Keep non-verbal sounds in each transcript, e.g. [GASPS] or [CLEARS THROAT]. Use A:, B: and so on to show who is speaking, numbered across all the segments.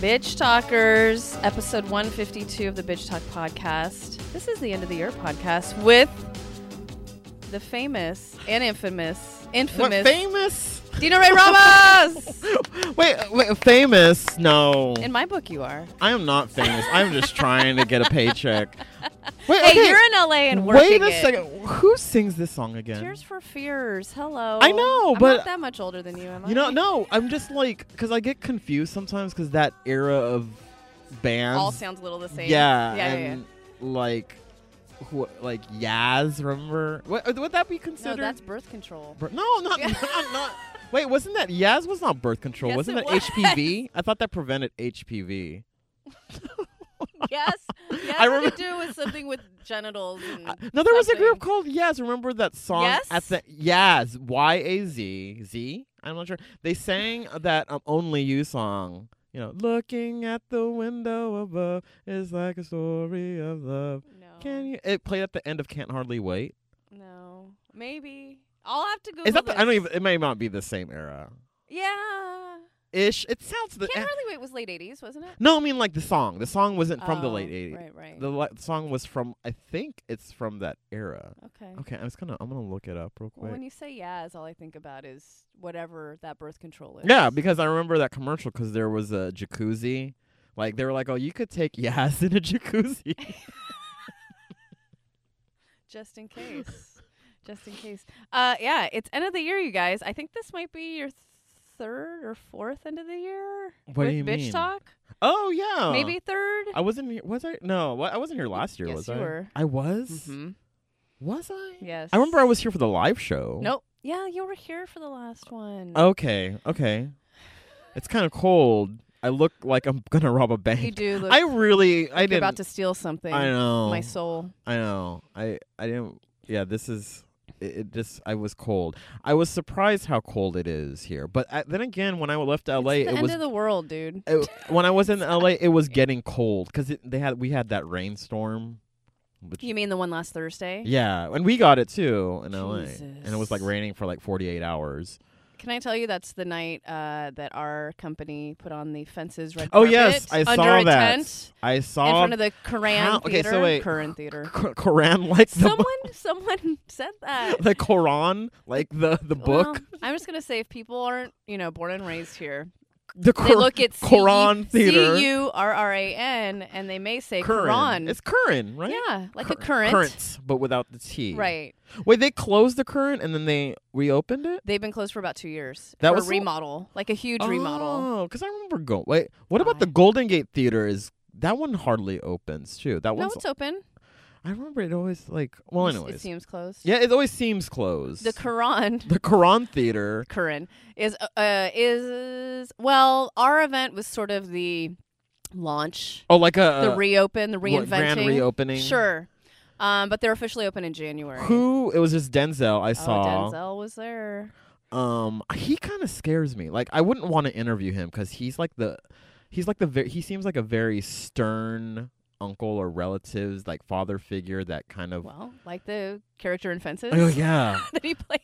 A: Bitch Talkers, episode 152 of the Bitch Talk podcast. This is the end of the year podcast with the famous and infamous,
B: What,
A: infamous
B: famous?
A: Dino Ray
B: [LAUGHS]
A: Ramos.
B: Wait, wait, famous? No,
A: In my book, you are.
B: I am not famous. I'm just trying to get
A: [LAUGHS]
B: a paycheck. Wait,
A: Hey,
B: okay,
A: you're in LA and working.
B: wait a
A: it.
B: second. Who sings this song again?
A: Tears for Fears. Hello.
B: I know,
A: I'm
B: but-
A: not that much older than you. Am I?
B: you know, no, I'm just like because I get confused sometimes because that era of bands.
A: All sounds a little the same.
B: Yeah,
A: Yeah. yeah,
B: and like, who, like Yaz? Remember? What, uh, would that be
A: yeah. No,
B: considered?
A: that's birth
B: [LAUGHS]
A: control.
B: Bir- no, not,
A: Yeah.
B: not, not. Wait, wasn't that Yaz was not birth control?
A: Yes,
B: wasn't
A: it
B: that HPV? I thought that prevented HPV.
A: yes. Yes.
B: I
A: I remember.
B: remem-
A: To do with something with genitals. And
B: Uh, no, there was a group
A: Mm-hmm. something.
B: called Yaz. Remember that song
A: Yes?
B: at the Yaz Y A Z Z. I'm not sure.
A: [LAUGHS]
B: They sang that um, "Only You" song. You know, looking at the window above is like a story of love.
A: No.
B: Can you? It played at the end of "Can't Hardly Wait."
A: No. Maybe. I'll have to Google
B: Is that?
A: this.
B: The, I don't even. It may not be the same era.
A: Yeah.
B: Ish. It sounds the. e
A: Can't Hardly Wait was late 80s, wasn't it?
B: no, I mean like the song. The song wasn't from the
A: Oh,
B: late '80s.
A: Right, right.
B: The li- song was from. I think it's from that era.
A: okay.
B: Okay, I was gonna. I'm gonna look it up real
A: Well,
B: quick.
A: when you say yes, all I think about is whatever that birth control is.
B: Yeah, because I remember that commercial because there was a jacuzzi. Like they were like, "Oh, you could take Yas in a [LAUGHS] jacuzzi."
A: just in case. [LAUGHS] just in case. Uh, yeah, it's end of the year, you guys. I think this might be your third or fourth end of the year
B: What
A: with
B: do you
A: bitch
B: mean?
A: talk.
B: oh yeah,
A: Maybe third.
B: I wasn't here. Was I? No, what, I wasn't here last year.
A: yes,
B: was
A: you
B: I?
A: were.
B: I was.
A: Mm-hmm.
B: Was I?
A: Yes.
B: I remember I was here for the live show.
A: Nope. Yeah, you were here for the last one.
B: Okay. Okay. It's kind of cold. I look like I'm gonna rob a bank.
A: you do. Look,
B: I really. I
A: you're
B: didn't.
A: about to steal something.
B: I know.
A: My soul.
B: I know. I I didn't. Yeah, this is. It, it just. I was cold. I was surprised how cold it is here. But I, then again, when I left LA,
A: it's the
B: it
A: end
B: was.
A: of the world, dude.
B: [LAUGHS] it- when I was in LA,
A: [LAUGHS]
B: it was getting cold because they had we had that rainstorm. Which,
A: You mean the one last Thursday?
B: yeah, and we got it too in LA, and it was like
A: Jesus.
B: raining for like 48 hours.
A: Can I tell you that's the night uh, that our company put on the fences red
B: Oh
A: carpet
B: yes, I
A: under
B: saw
A: a
B: that.
A: tent
B: I
A: in
B: saw
A: front of the Koran
B: how- okay,
A: Theater.
B: so wait.
A: Koran Theater.
B: Qu- Quran like [LAUGHS] the
A: someone, [LAUGHS] someone said that.
B: bu- [LAUGHS] the Quran like the the book
A: Well, I'm just gonna say, if people aren't, you know, born and raised
B: [LAUGHS]
A: here, they
B: the Qur-
A: look at E
B: Quran Theater.
A: C U R R A N, and they may say
B: Quran.
A: Quran.
B: It's Quran, right?
A: Yeah, like a
B: Cur-
A: current.
B: Currents, but without the T.
A: Right.
B: Wait, they closed the current and then they reopened it?
A: They've been closed for about two years.
B: That
A: for
B: was
A: a
B: so-
A: remodel, like a huge remodel.
B: Oh, because I remember going. Wait, what about the
A: Fine.
B: Golden Gate Theater? Is that one hardly opens too? That
A: No,
B: one's.
A: it's open.
B: I remember it always like. Well,
A: It s- it
B: anyways.
A: seems closed.
B: yeah, it always seems closed.
A: The Quran. [LAUGHS]
B: the Quran Theater.
A: Curran is uh, uh, is well, our event was sort of the launch,
B: Oh, like a
A: the reopen, the
B: what,
A: reinventing,
B: grand reopening.
A: Sure, um, but they're officially open in January.
B: Who? It was just Denzel. I
A: Oh,
B: saw.
A: Denzel was there.
B: Um, he kind of scares me. Like I wouldn't want to interview him because he's like the, he's like the very, he seems like a very stern uncle or relatives like father figure that kind of.
A: Well, like the character in Fences
B: Oh yeah.
A: [LAUGHS] that he plays.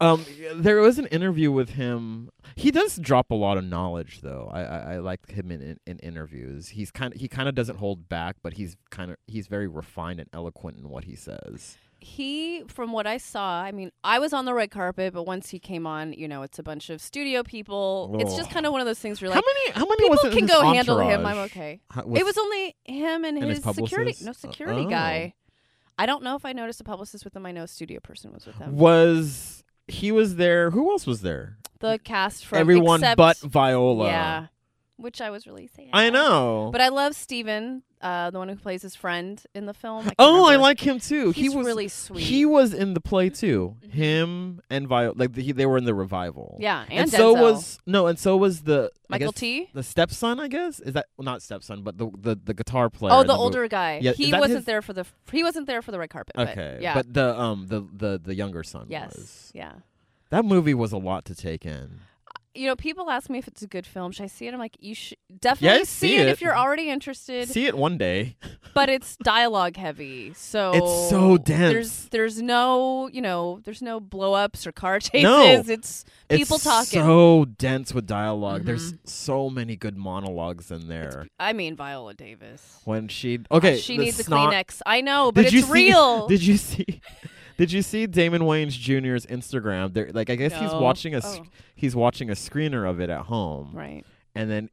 B: Um, there was an interview with him. He does drop a lot of knowledge, though. I I, I like him in, in in interviews. He's kind of he kind of doesn't hold back, but he's kind of he's very refined and eloquent in what he says.
A: He, from what I saw, I mean, I was on the red carpet, but once he came on, you know, it's a bunch of studio people. It's just
B: Ugh.
A: kind of one of those things where you're
B: how
A: like,
B: many how many
A: people
B: was it in
A: can
B: his
A: go handle him.
B: entourage?
A: I'm okay.
B: How-
A: it was only him and,
B: and his
A: his, security
B: publicist?
A: no security
B: Oh.
A: guy i don't know if i noticed a publicist with him i know a studio person was with him
B: was he was there? Who else was there?
A: the cast from
B: Everyone
A: except-
B: but Viola.
A: yeah which i was really sad
B: I know.
A: but i love steven uh, the one who plays his friend in the film I
B: oh, I like him too.
A: he's
B: he was
A: really sweet
B: he was in the play too.
A: Mhm.
B: Him and Viola, like he, they were in the revival.
A: yeah and,
B: and, so
A: Denzel.
B: was no, and so was the I
A: michael
B: guess
A: t
B: the stepson. I guess is that well, not stepson, but the the, the guitar player.
A: oh
B: in
A: the
B: mo-
A: older guy
B: Yeah, is
A: he
B: that
A: wasn't
B: his-
A: there for the f- he wasn't there for the red carpet
B: Okay,
A: but, yeah
B: but the um the the the younger son
A: yes
B: was.
A: yeah
B: That movie was a lot to take in.
A: you know, people ask me if it's a good film. Should I see it? I'm like, you should definitely
B: Yes,
A: see,
B: see
A: it,
B: it.
A: if you're already interested.
B: See it one day.
A: but it's dialogue heavy, so
B: It's so dense.
A: There's there's no you know there's no blow ups or car [LAUGHS] chases.
B: No.
A: It's people
B: it's
A: talking. Mm-hmm.
B: So dense with dialog There's so many good monologues in there.
A: I mean Viola Davis.
B: When she okay,
A: Uh, she
B: the
A: needs
B: snot-
A: a Kleenex. I know, but
B: you
A: it's
B: see,
A: real.
B: Did you see? [LAUGHS] Did you see Damon Wayans Jr.'s Instagram? There, like I guess he's
A: No.
B: watching a s-
A: Oh.
B: he's watching a screener of it at home,
A: right?
B: and then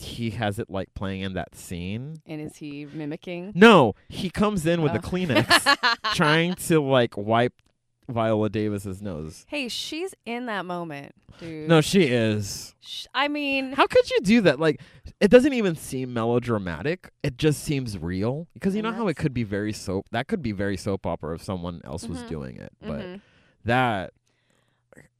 B: he has it like playing in that scene.
A: And is he mimicking?
B: No, he comes in [LAUGHS] with a
A: Oh. [LAUGHS]
B: Kleenex, trying to like wipe Viola Davis's nose.
A: hey, she's in that moment, dude.
B: No, she is.
A: Sh- I mean,
B: How could you do that? Like, it doesn't even seem melodramatic. It just seems real because you
A: And
B: know how
A: that's-
B: it could be very soap. That could be very soap opera if someone else was
A: Mhm.
B: doing it. But
A: mhm.
B: that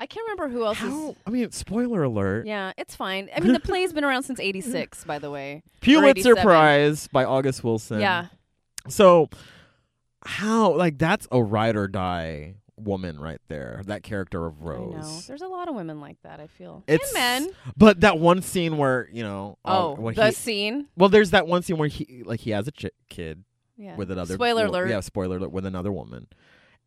A: I can't remember who else.
B: how?
A: Is,
B: I mean, spoiler alert.
A: yeah, it's fine. I mean, the play's been around
B: [LAUGHS]
A: since '86, by the way.
B: Pulitzer
A: 87.
B: Prize by August Wilson.
A: Yeah,
B: So how? Like, that's a ride or die woman right there. That character of
A: I know.
B: Rose.
A: There's a lot of women like that. I feel.
B: It's-
A: and men.
B: But that one scene where you know,
A: Oh,
B: all- when
A: the
B: he-
A: scene.
B: well, there's that one scene where he like he has a ch- kid.
A: Yeah.
B: with another
A: Spoiler
B: wo-
A: alert.
B: Yeah, spoiler alert with another woman.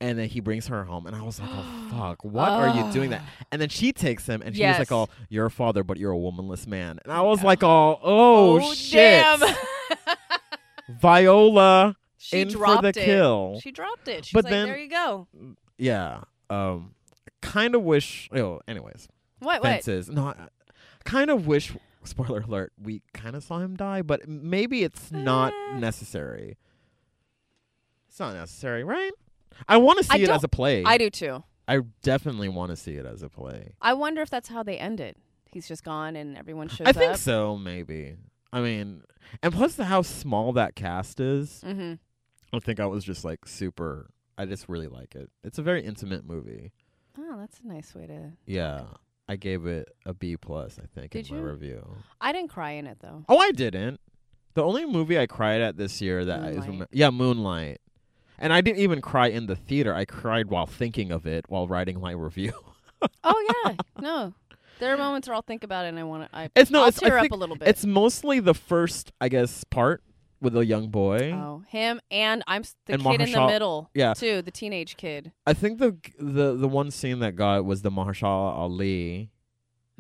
B: And then he brings her home and I was like,
A: [GASPS]
B: Oh fuck, what are you doing that? And then she takes him and she was
A: Ah. Yes.
B: like, Oh, you're a father, but you're a womanless man. And I was
A: Yeah.
B: like, Oh, oh, shit.
A: Damn.
B: Viola
A: [LAUGHS] she
B: in
A: dropped
B: for the
A: it.
B: kill.
A: She dropped it. She's
B: But
A: like,
B: then-
A: there you go.
B: yeah. Um kind of wish oh, anyways.
A: What? What?
B: Fences. No I kind of wish spoiler alert, we kind of saw him die, but maybe it's not
A: Uh.
B: necessary. It's not necessary, right? I want to see
A: I
B: it
A: don't-
B: as a play.
A: I do too.
B: I definitely want to see it as a play.
A: I wonder if that's how they end it. He's just gone, and everyone shows
B: I think
A: up.
B: so, maybe. I mean, and plus the how small that cast is.
A: Mm-hmm.
B: I think I was just like super. I just really like it. It's a very intimate movie.
A: Oh, that's a nice way to.
B: Yeah, I gave it a B plus. I think
A: Did
B: in
A: you?
B: my review.
A: I didn't cry in it though.
B: Oh, I didn't. The only movie I cried at this year that I is
A: Moonlight.
B: yeah Moonlight, and I didn't even cry in the theater. I cried while thinking of it while writing my [LAUGHS] review.
A: Oh yeah, no. There are moments where I'll think about it and I want to. I
B: It's no,
A: I'll
B: it's I
A: tear up
B: think
A: a little bit.
B: It's mostly the first, I guess, part with the young boy.
A: oh him and I'm s- the
B: And
A: kid in the
B: Mahershala-
A: middle.
B: yeah.
A: too the teenage kid
B: I think the the the one scene that got was the Mahershala Ali.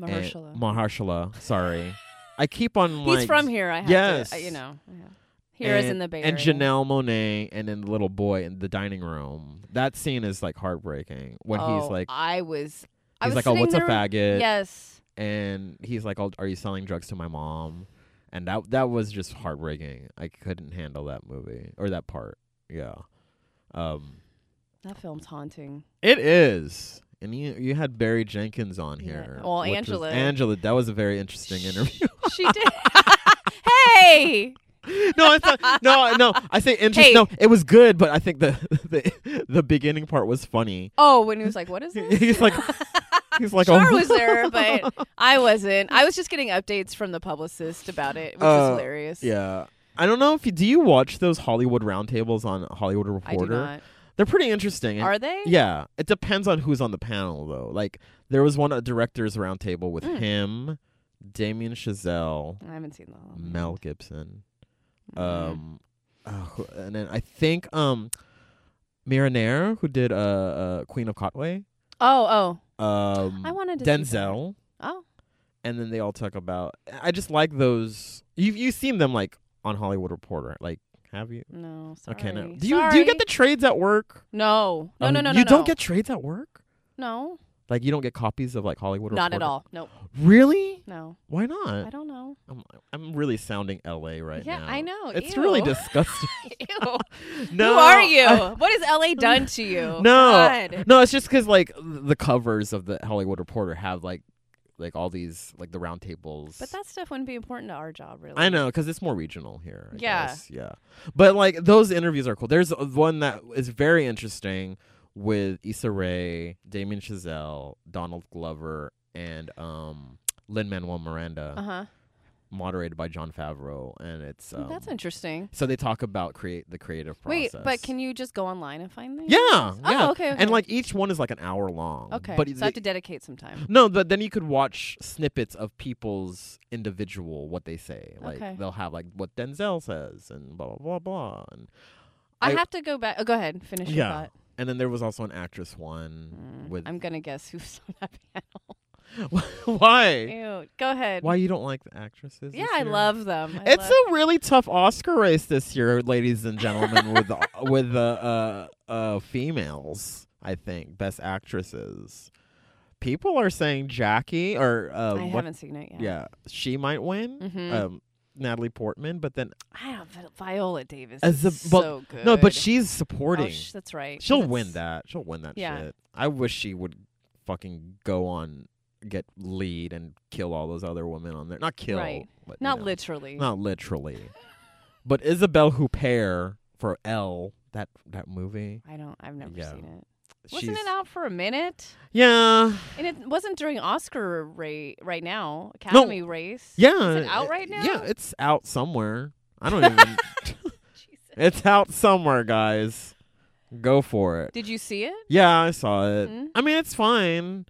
B: and-
A: Mahershala.
B: Mahershala. Sorry, I keep on.
A: He's
B: like,
A: from here. I have
B: Yes.
A: to, uh, you know. Yeah. Here is
B: and-
A: in the Bay
B: and
A: Area.
B: Janelle Monet, and then the little boy in the dining room. That scene is like heartbreaking when
A: Oh,
B: he's like,
A: I was. I was
B: he's like, oh,
A: sitting
B: what's a
A: there-
B: faggot?
A: Yes.
B: And he's like, oh, are you selling drugs to my mom? And that that was just heartbreaking. I couldn't handle that movie or that part. Yeah. Um.
A: That film's haunting.
B: It is. And you you had Barry Jenkins on
A: Yeah.
B: here.
A: Well,
B: which was-
A: Angela.
B: Angela, that was a very interesting interview. [LAUGHS]
A: she did. [LAUGHS] hey.
B: no, it's not, no, no. I say
A: [LAUGHS]
B: interesting.
A: Hey.
B: No, it was good, but I think the [LAUGHS] the, the beginning part was funny.
A: Oh, when he was like, "What [LAUGHS]
B: [LAUGHS]
A: is this?"
B: He's like- He's like,
A: Char
B: oh,
A: was there,
B: [LAUGHS]
A: but I wasn't. I was just getting updates from the publicist about it, which is
B: Uh,
A: hilarious.
B: yeah. I don't know if you do you watch those Hollywood roundtables on
A: I
B: Hollywood
A: do
B: Reporter.
A: not.
B: They're pretty interesting. and-
A: Are they?
B: Yeah, it depends on who's on the panel though. Like there was one at directors roundtable with
A: Mm.
B: him, Damien Chazelle,
A: I haven't seen that. one.
B: Mel Gibson.
A: Mm.
B: Um, uh, who- and then I think um, Mira Nair, who did uh, uh Queen of Cotway,
A: oh, oh,
B: um,
A: I wanted to see that.
B: Denzel,
A: Oh,
B: and then they all talk about. I just like those. You've you've seen them like on Hollywood Reporter, like have you?
A: no. Sorry.
B: Okay, no. Do you do you
A: Sorry.
B: get the trades at work?
A: No, no,
B: Um,
A: no, no, no.
B: You
A: no.
B: don't get trades at work.
A: No,
B: Like you don't get copies of like Hollywood.
A: not at
B: Reporter?
A: all. Nope.
B: Really?
A: No,
B: Why
A: I
B: not?
A: don't know.
B: I'm, I'm really sounding LA Uh, right
A: yeah,
B: now.
A: I know.
B: It's
A: Ew. [LAUGHS]
B: really disgusting. [LAUGHS]
A: Ew.
B: no,
A: Who are
B: I-
A: you? what has LA done to you?
B: [LAUGHS] No,
A: God.
B: no, it's just because like the covers of the Hollywood Reporter have like like all these like the round tables.
A: But that stuff wouldn't be important to our job, really.
B: I know because it's more regional here. I
A: Yeah.
B: guess. yeah. But like those interviews are cool. There's uh, one that is very interesting with Issa Rae, Damien Chazelle, Donald Glover, and um Lin Manuel Miranda.
A: Uh huh.
B: moderated by John Favreau, and it's um,
A: That's interesting.
B: so they talk about create the creative process.
A: Wait, but can you just go online and find these?
B: yeah,
A: Oh,
B: yeah,
A: okay, okay.
B: and like each one is like an hour long.
A: Okay.
B: but
A: so
B: it-
A: I have to dedicate some
B: [LAUGHS]
A: time.
B: no, but then you could watch snippets of people's individual what they say. Like
A: Okay.
B: they'll have like what Denzel says and blah blah blah blah. And,
A: I,
B: I-
A: have to go back. Oh, go ahead. Finish your
B: Yeah.
A: thought.
B: and then there was also an actress one
A: Mm,
B: with
A: I'm gonna guess who's [LAUGHS] on
B: [LAUGHS]
A: that panel.
B: why
A: Ew. Go ahead.
B: why you don't like the actresses?
A: Yeah,
B: this
A: I
B: year?
A: love them. I
B: It's
A: love-
B: a really tough Oscar race this year, ladies and gentlemen, with [LAUGHS] with uh, uh, uh, females. I think best actresses. People are saying Jackie or uh,
A: I
B: what?
A: haven't seen it yet.
B: Yeah, she might win.
A: Mhm.
B: Um, Natalie Portman, but then
A: I don't. Vi- Viola Davis
B: As
A: is
B: a- but-
A: so good.
B: no, but she's
A: Oh,
B: supporting.
A: sh- that's right. 'cause
B: She'll
A: it's-
B: win that. She'll win that
A: Yeah.
B: shit. I wish she would fucking go on get lead and kill all those other women on there. Not kill,
A: Right.
B: but, you
A: Not
B: know.
A: literally.
B: Not literally. but Isabelle Huppert for L, that that movie.
A: I don't. I've never
B: Yeah.
A: seen it.
B: she's-
A: Wasn't it out for a minute?
B: Yeah.
A: And it wasn't during Oscar rate right now, Academy race.
B: Yeah.
A: Is it out right now?
B: Yeah, it's out somewhere. I
A: [LAUGHS]
B: don't even
A: Jesus.
B: It's out somewhere, guys. Go for it.
A: Did you see it?
B: Yeah, I saw it.
A: Mm.
B: I mean, it's fine.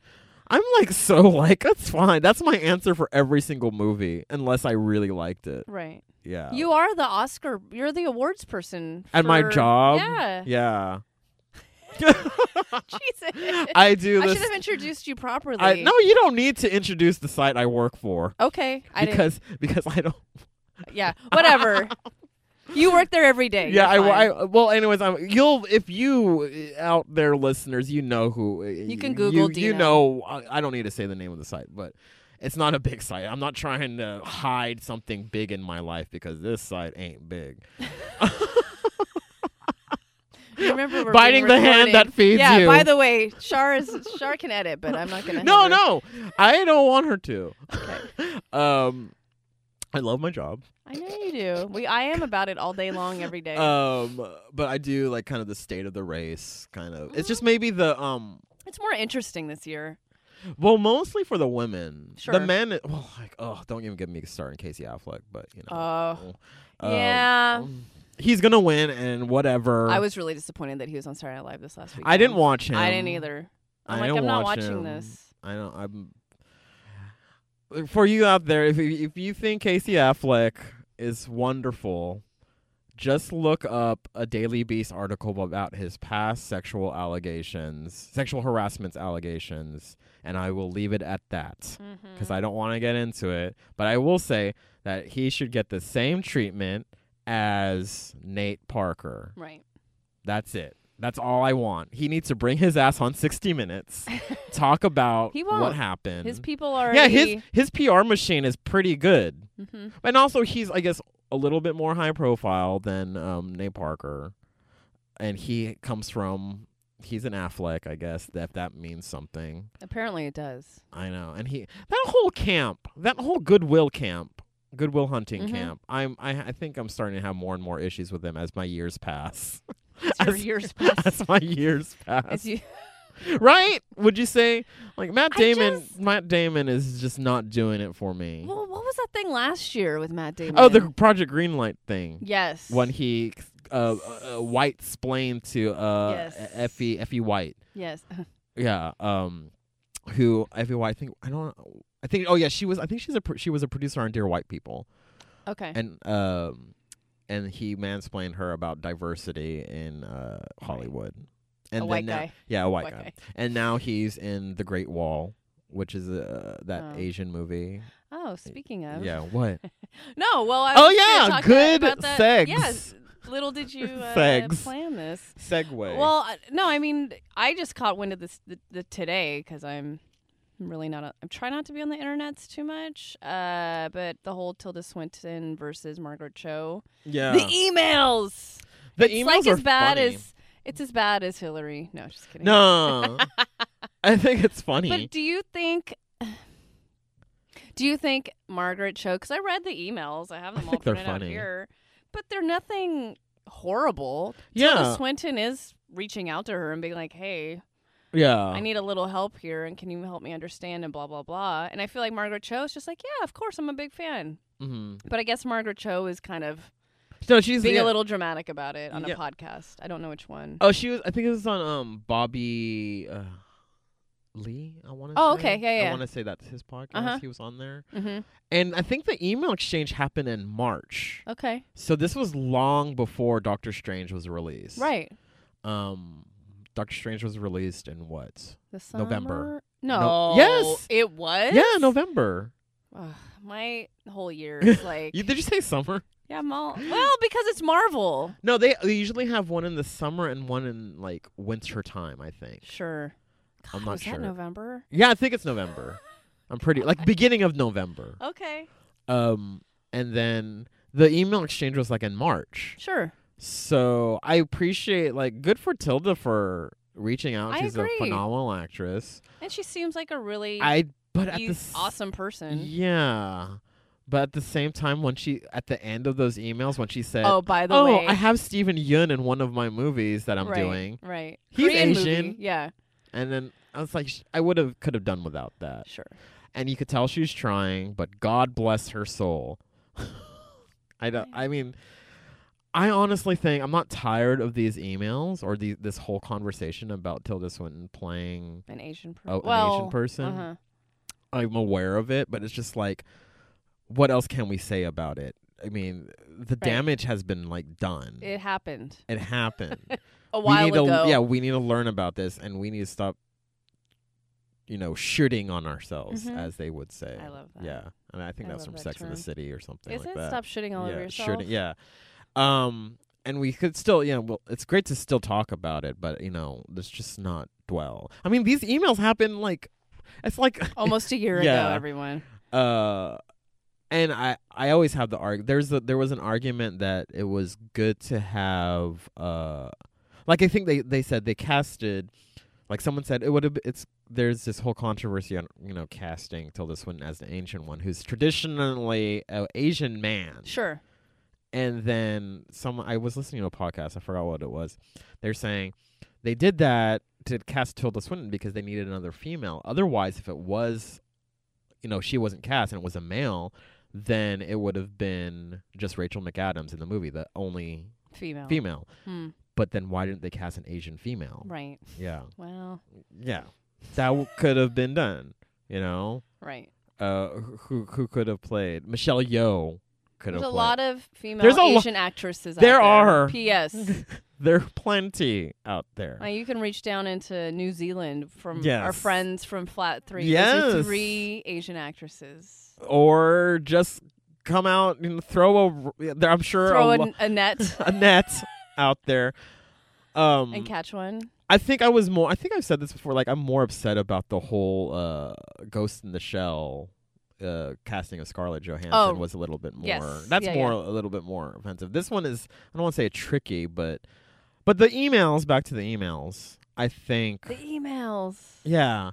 B: I'm like so [LAUGHS] like that's fine. That's my answer for every single movie, unless I really liked it.
A: Right.
B: Yeah.
A: You are the Oscar. You're the awards person.
B: at my
A: for-
B: job.
A: Yeah.
B: Yeah.
A: [LAUGHS]
B: [LAUGHS]
A: Jesus. I,
B: I do
A: should
B: this.
A: have introduced you properly.
B: I, no, you don't need to introduce the site I work for
A: Okay. I didn't.
B: because because I don't.
A: Yeah.
B: [LAUGHS]
A: Whatever. you work there every day.
B: yeah, I,
A: You're fine.
B: I well, anyways, I'm, you'll if you uh, out there listeners, you know who uh, you
A: can Google
B: You, you
A: Dino.
B: know, I, I don't need to say the name of the site, but it's not a big site. I'm not trying to hide something big in my life because this site ain't big.
A: You remember we're being
B: Biting the hand
A: recorded.
B: that feeds
A: yeah,
B: you.
A: By the way, Shar is Shar can edit, but I'm not gonna. have
B: No,
A: her-
B: no, I don't want her to.
A: Okay.
B: [LAUGHS] Um, I love my job.
A: I know you do. We I am about it all day long, every day.
B: Um, but I do like kind of the state of the race, kind of. It's
A: Mm-hmm.
B: just maybe the um
A: it's more interesting this year.
B: Well, mostly for the women.
A: Sure.
B: The men, well, like, oh, don't even get me started on Casey Affleck, but you know,
A: Oh,
B: um,
A: yeah.
B: he's gonna win and whatever.
A: I was really disappointed that he was on Saturday Night Live this last week.
B: uh, I didn't watch him.
A: I didn't either. I'm
B: I
A: like,
B: don't
A: I'm not
B: watch
A: watching
B: him.
A: this.
B: I don't. I'm. For you out there, if you, if you think Casey Affleck is wonderful, just look up a Daily Beast article about his past sexual allegations, sexual harassment allegations, and I will leave it at that.
A: Mm-hmm.
B: because
A: Mm.
B: I don't want to get into it. But I will say that he should get the same treatment as Nate Parker.
A: right.
B: That's it. That's all I want. He needs to bring his ass on
A: [LAUGHS]
B: 60 Minutes, talk about
A: He
B: what
A: won't.
B: happened.
A: His people are
B: yeah, his his PR machine is pretty good,
A: hmm
B: and also he's I guess a little bit more high profile than um, Nate Parker, and he comes from he's an Affleck, I guess that that means something.
A: Apparently, it does.
B: I know, and he that whole camp, that whole Goodwill camp, Goodwill hunting
A: Mhm.
B: camp. I'm I, I think I'm starting to have more and more issues with them as my years pass. [LAUGHS]
A: It's your
B: As-
A: years past.
B: as my years pass,
A: As
B: [LAUGHS]
A: you,
B: right? Would you say like Matt
A: I
B: Damon?
A: just-
B: Matt Damon is just not doing it for me.
A: well, what was that thing last year with Matt Damon?
B: oh, the Project Greenlight thing
A: yes.
B: when he uh, uh, uh, white splained to uh
A: Yes.
B: Effie Effie White.
A: yes. [LAUGHS]
B: yeah um who Effie White I think I don't I think oh yeah she was I think she's a pro- she was a producer on Dear White People
A: Okay.
B: and um and he mansplained her about diversity in uh Hollywood and
A: a
B: then
A: white
B: now-
A: guy.
B: yeah a white,
A: White
B: guy.
A: guy.
B: and now he's in The Great Wall which is uh, that
A: Oh.
B: Asian movie
A: Oh, speaking of.
B: yeah what
A: [LAUGHS] No. Well, I
B: Oh,
A: was gonna
B: yeah,
A: talk
B: good
A: about that.
B: segs.
A: Yes. Little did
B: [LAUGHS]
A: you uh,
B: Segs.
A: plan this.
B: segue
A: Well, I- no, I mean, I just caught wind of this the, the today because I'm really not. i I'm trying not to be on the internets too much. Uh, but the whole Tilda Swinton versus Margaret Cho,
B: yeah
A: the emails.
B: the
A: It's
B: emails
A: like
B: are
A: as bad
B: funny.
A: as it's as bad as Hillary. No, just kidding. [LAUGHS]
B: no I think it's funny
A: But do you think? Do you think Margaret Cho? Because I read the emails. I have
B: I
A: them all
B: think they're
A: printed out
B: funny.
A: here, but they're nothing horrible. Tilda
B: yeah
A: Swinton is reaching out to her and being like, "Hey,
B: yeah
A: I need a little help here, and can you help me understand? And blah blah blah. And I feel like Margaret Cho is just like, yeah, of course, I'm a big fan.
B: hmm
A: But I guess Margaret Cho is kind of
B: No, she's
A: being
B: yeah.
A: a little dramatic about it on
B: Yeah.
A: a podcast. I don't know which one.
B: Oh, she was. I think it was on um Bobby uh, Lee. I want to.
A: Oh, okay. Yeah,
B: I
A: yeah.
B: want to say that's his podcast.
A: Uh-huh.
B: He was on there,
A: hmm
B: and I think the email exchange happened in March.
A: Okay.
B: So this was long before Doctor Strange was released.
A: Right.
B: Um, Doctor Strange was released in what?
A: The summer?
B: November.
A: No.
B: No- Yes!
A: It was.
B: Yeah, November.
A: Ugh, my whole
B: [LAUGHS]
A: year is like.
B: You, did you say summer?
A: yeah, I'm all. Well, because it's Marvel.
B: [LAUGHS] No, they, they usually have one in the summer and one in like winter time. I think.
A: Sure. God,
B: I'm not
A: was
B: sure.
A: that November?
B: Yeah, I think it's November. I'm pretty like beginning of November.
A: Okay.
B: Um, and then the email exchange was like in March.
A: Sure.
B: So I appreciate like good for Tilda for reaching out.
A: I
B: She's
A: agree.
B: a phenomenal actress.
A: And she seems like a really
B: I but at the
A: you-
B: s-
A: awesome person.
B: yeah. But at the same time, when she at the end of those emails, when she said,
A: Oh, by the
B: "Oh,
A: way.
B: I have Steven Yun in one of my movies that I'm
A: right,
B: doing,"
A: Right.
B: He's
A: Korean movie.
B: Asian.
A: Yeah.
B: and then I was like, sh- "I would have could have done without that."
A: Sure.
B: And you could tell she's trying, but God bless her soul. [LAUGHS] I don't. I mean, I honestly think I'm not tired of these emails or the, this whole conversation about Tilda Swinton playing
A: An Asian person.
B: a,
A: well,
B: Oh, an Asian person.
A: Uh-huh.
B: I'm aware of it, but it's just like, what else can we say about it? I mean, the damage has been like done.
A: It happened
B: It happened.
A: [LAUGHS] a while
B: we need
A: ago.
B: To, yeah, we need to learn about this, and we need to stop, you know, shooting on ourselves,
A: Mhm.
B: as they would say.
A: I love that.
B: Yeah, and I think
A: I
B: that's
A: love
B: from
A: that
B: Sex and the
A: term.
B: City or something
A: Isn't
B: like
A: it
B: that.
A: stop shooting all
B: yeah,
A: over yourself?
B: shooting. Yeah. Um, and we could still, you know, well, it's great to still talk about it, but you know, let's just not dwell. I mean, these emails happen like, it's
A: Oh
B: like,
A: Almost a year
B: [LAUGHS] Yeah.
A: ago, everyone.
B: uh, and I, I always have the arg. There's a, there was an argument that it was good to have, uh, like I think they they said they casted, like someone said it would have it's. There's this whole controversy on you know casting Tilda Swinton as the ancient one, who's traditionally an Asian man
A: Sure.
B: and then some I was listening to a podcast, I forgot what it was. They're saying they did that to cast Tilda Swinton because they needed another female. Otherwise, if it was you know, she wasn't cast and it was a male, then it would have been just Rachel McAdams in the movie, the only
A: Female.
B: female.
A: Hmm.
B: But then why didn't they cast an Asian female?
A: Right.
B: Yeah.
A: Well.
B: Yeah. That w- could have been done, you know?
A: Right.
B: Uh who who could have played? Michelle Yeoh could
A: There's
B: have
A: a
B: played.
A: lot of female
B: There's a lo-
A: Asian actresses. out
B: There
A: there.
B: are. [LAUGHS]
A: P.S.
B: there are plenty out there.
A: now you can reach down into New Zealand from our
B: Yes.
A: friends from Flat Three.
B: Yes.
A: There's three Asian actresses.
B: or just come out and throw a there- i'm sure
A: Throw a,
B: a, lo-
A: a net
B: [LAUGHS] a net out there um
A: and catch one.
B: i think i was more i think i've said this before like i'm more upset about the whole uh ghost in the shell uh, casting of Scarlett Johansson
A: Oh.
B: was a little bit more.
A: Yes.
B: That's
A: Yeah,
B: more a little bit more offensive. This one is I don't want to say tricky, but but the emails back to the emails. I think
A: The emails.
B: yeah.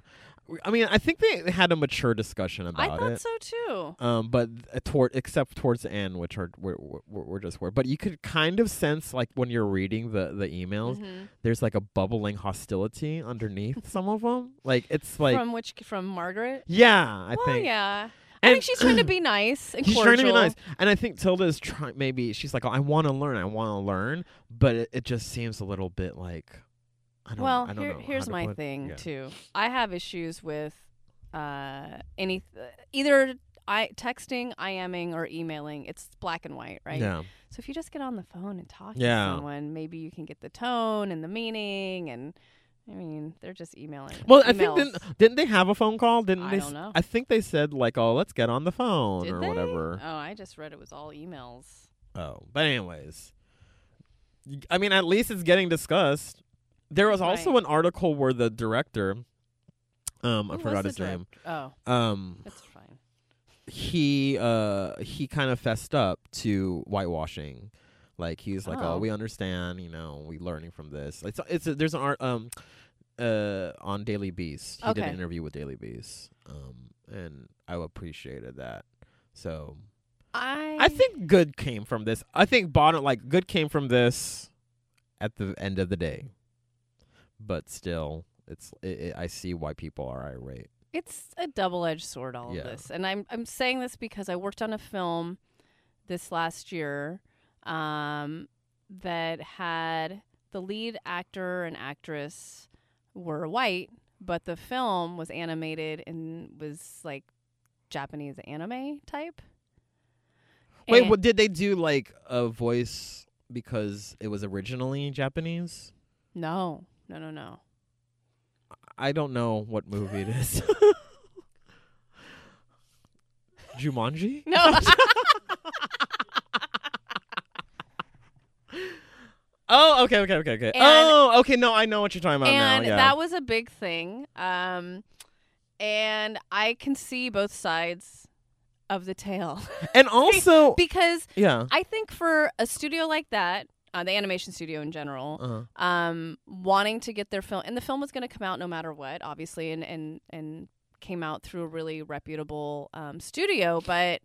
B: I mean, I think they had a mature discussion
A: I
B: about
A: thought
B: it.
A: so too.
B: um, but uh, toward except towards the end, which are we're, we're, we're just where. But you could kind of sense like when you're reading the the emails,
A: Mhm.
B: there's like a bubbling hostility underneath
A: [LAUGHS]
B: some of them. Like it's like
A: from which? From Margaret.
B: yeah, I
A: well,
B: think
A: yeah. I
B: And-
A: think she's trying to be nice and
B: [CLEARS THROAT] she's
A: cordial.
B: trying to be nice, and I think Tilda is trying. Maybe she's like, I want to learn, I want to learn, but it, it just seems a little bit like I don't.
A: well
B: I don't
A: here,
B: know how
A: here's
B: to
A: my
B: put-
A: thing
B: yeah.
A: too i have issues with uh any either i texting iming or emailing it's black and white right
B: Yeah,
A: so if you just get on the phone and talk
B: Yeah.
A: to someone maybe you can get the tone and the meaning and i mean they're just emailing
B: well, I
A: emails.
B: think didn't, didn't they have a phone call? Didn't
A: I
B: they?
A: don't
B: s-
A: know.
B: I think they said like, oh, let's get on the phone
A: Did
B: or
A: they?
B: whatever.
A: oh i just read it was all emails
B: Oh, but anyways, Y- I mean, at least it's getting discussed. There was also an article where the director, um, I
A: Who was
B: forgot his
A: the
B: name,
A: direct- oh
B: um,
A: that's fine
B: he uh he kind of fessed up to whitewashing. Like he's like, oh.
A: Oh.
B: we understand, you know, we learning from this. It's it's a, there's an art um uh on Daily Beast. He did an
A: Okay.
B: interview with Daily Beast, um, and I appreciated that. So
A: i
B: I think good came from this. I think bottom like good came from this at the end of the day. But still, it's i i I see why people are irate.
A: it's a double-edged sword all
B: Yeah.
A: of this and i'm i'm saying this because i worked on a film this last year um, that had the lead actor and actress were white, but the film was animated and was like Japanese anime type.
B: Wait,
A: And-
B: what did they do like a voice because it was originally Japanese?
A: No, no, no, no.
B: I don't know what movie
A: [LAUGHS]
B: it is. Jumanji?
A: No.
B: [LAUGHS] Oh, okay, okay, okay, okay.
A: And-
B: oh, okay. No, I know what you're talking about
A: and
B: now. Yeah.
A: that was a big thing. Um, and I can see both sides of the [LAUGHS] tale
B: and also,
A: because
B: yeah.
A: I think for a studio like that, uh, the animation studio in general,
B: Uh-huh.
A: um, wanting to get their film, and the film was going to come out no matter what, obviously, and and and came out through a really reputable um, studio, but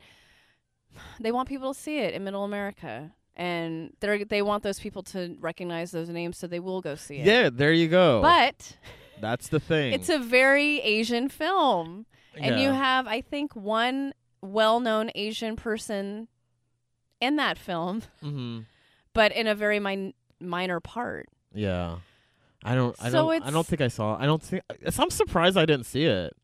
A: they want people to see it in Middle America. And they they want those people to recognize those names, so they will go see it.
B: Yeah, there you go.
A: But
B: That's the thing.
A: it's a very Asian film. And you
B: Yeah.
A: have, I think, one well known Asian person in that film,
B: Mhm.
A: but in a very min- minor part.
B: Yeah. I don't. I
A: So
B: don't. I
A: it's-
B: don't think I saw. I don't think. so I'm surprised I didn't see it.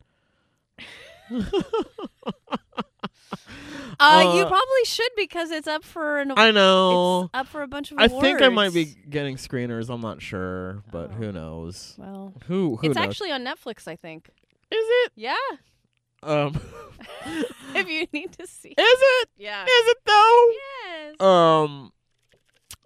A: Uh, you
B: Uh,
A: probably should because it's up for an
B: I know.
A: it's up for a bunch of
B: I
A: awards.
B: think I might be getting screeners. I'm not sure, but
A: Oh.
B: who knows?
A: Well,
B: Who who
A: it's
B: knows?
A: actually on Netflix, I think.
B: is it?
A: Yeah. [LAUGHS]
B: Um, is [LAUGHS]
A: if you need to see.
B: it?
A: Yeah.
B: Is it though?
A: Yes.
B: Um,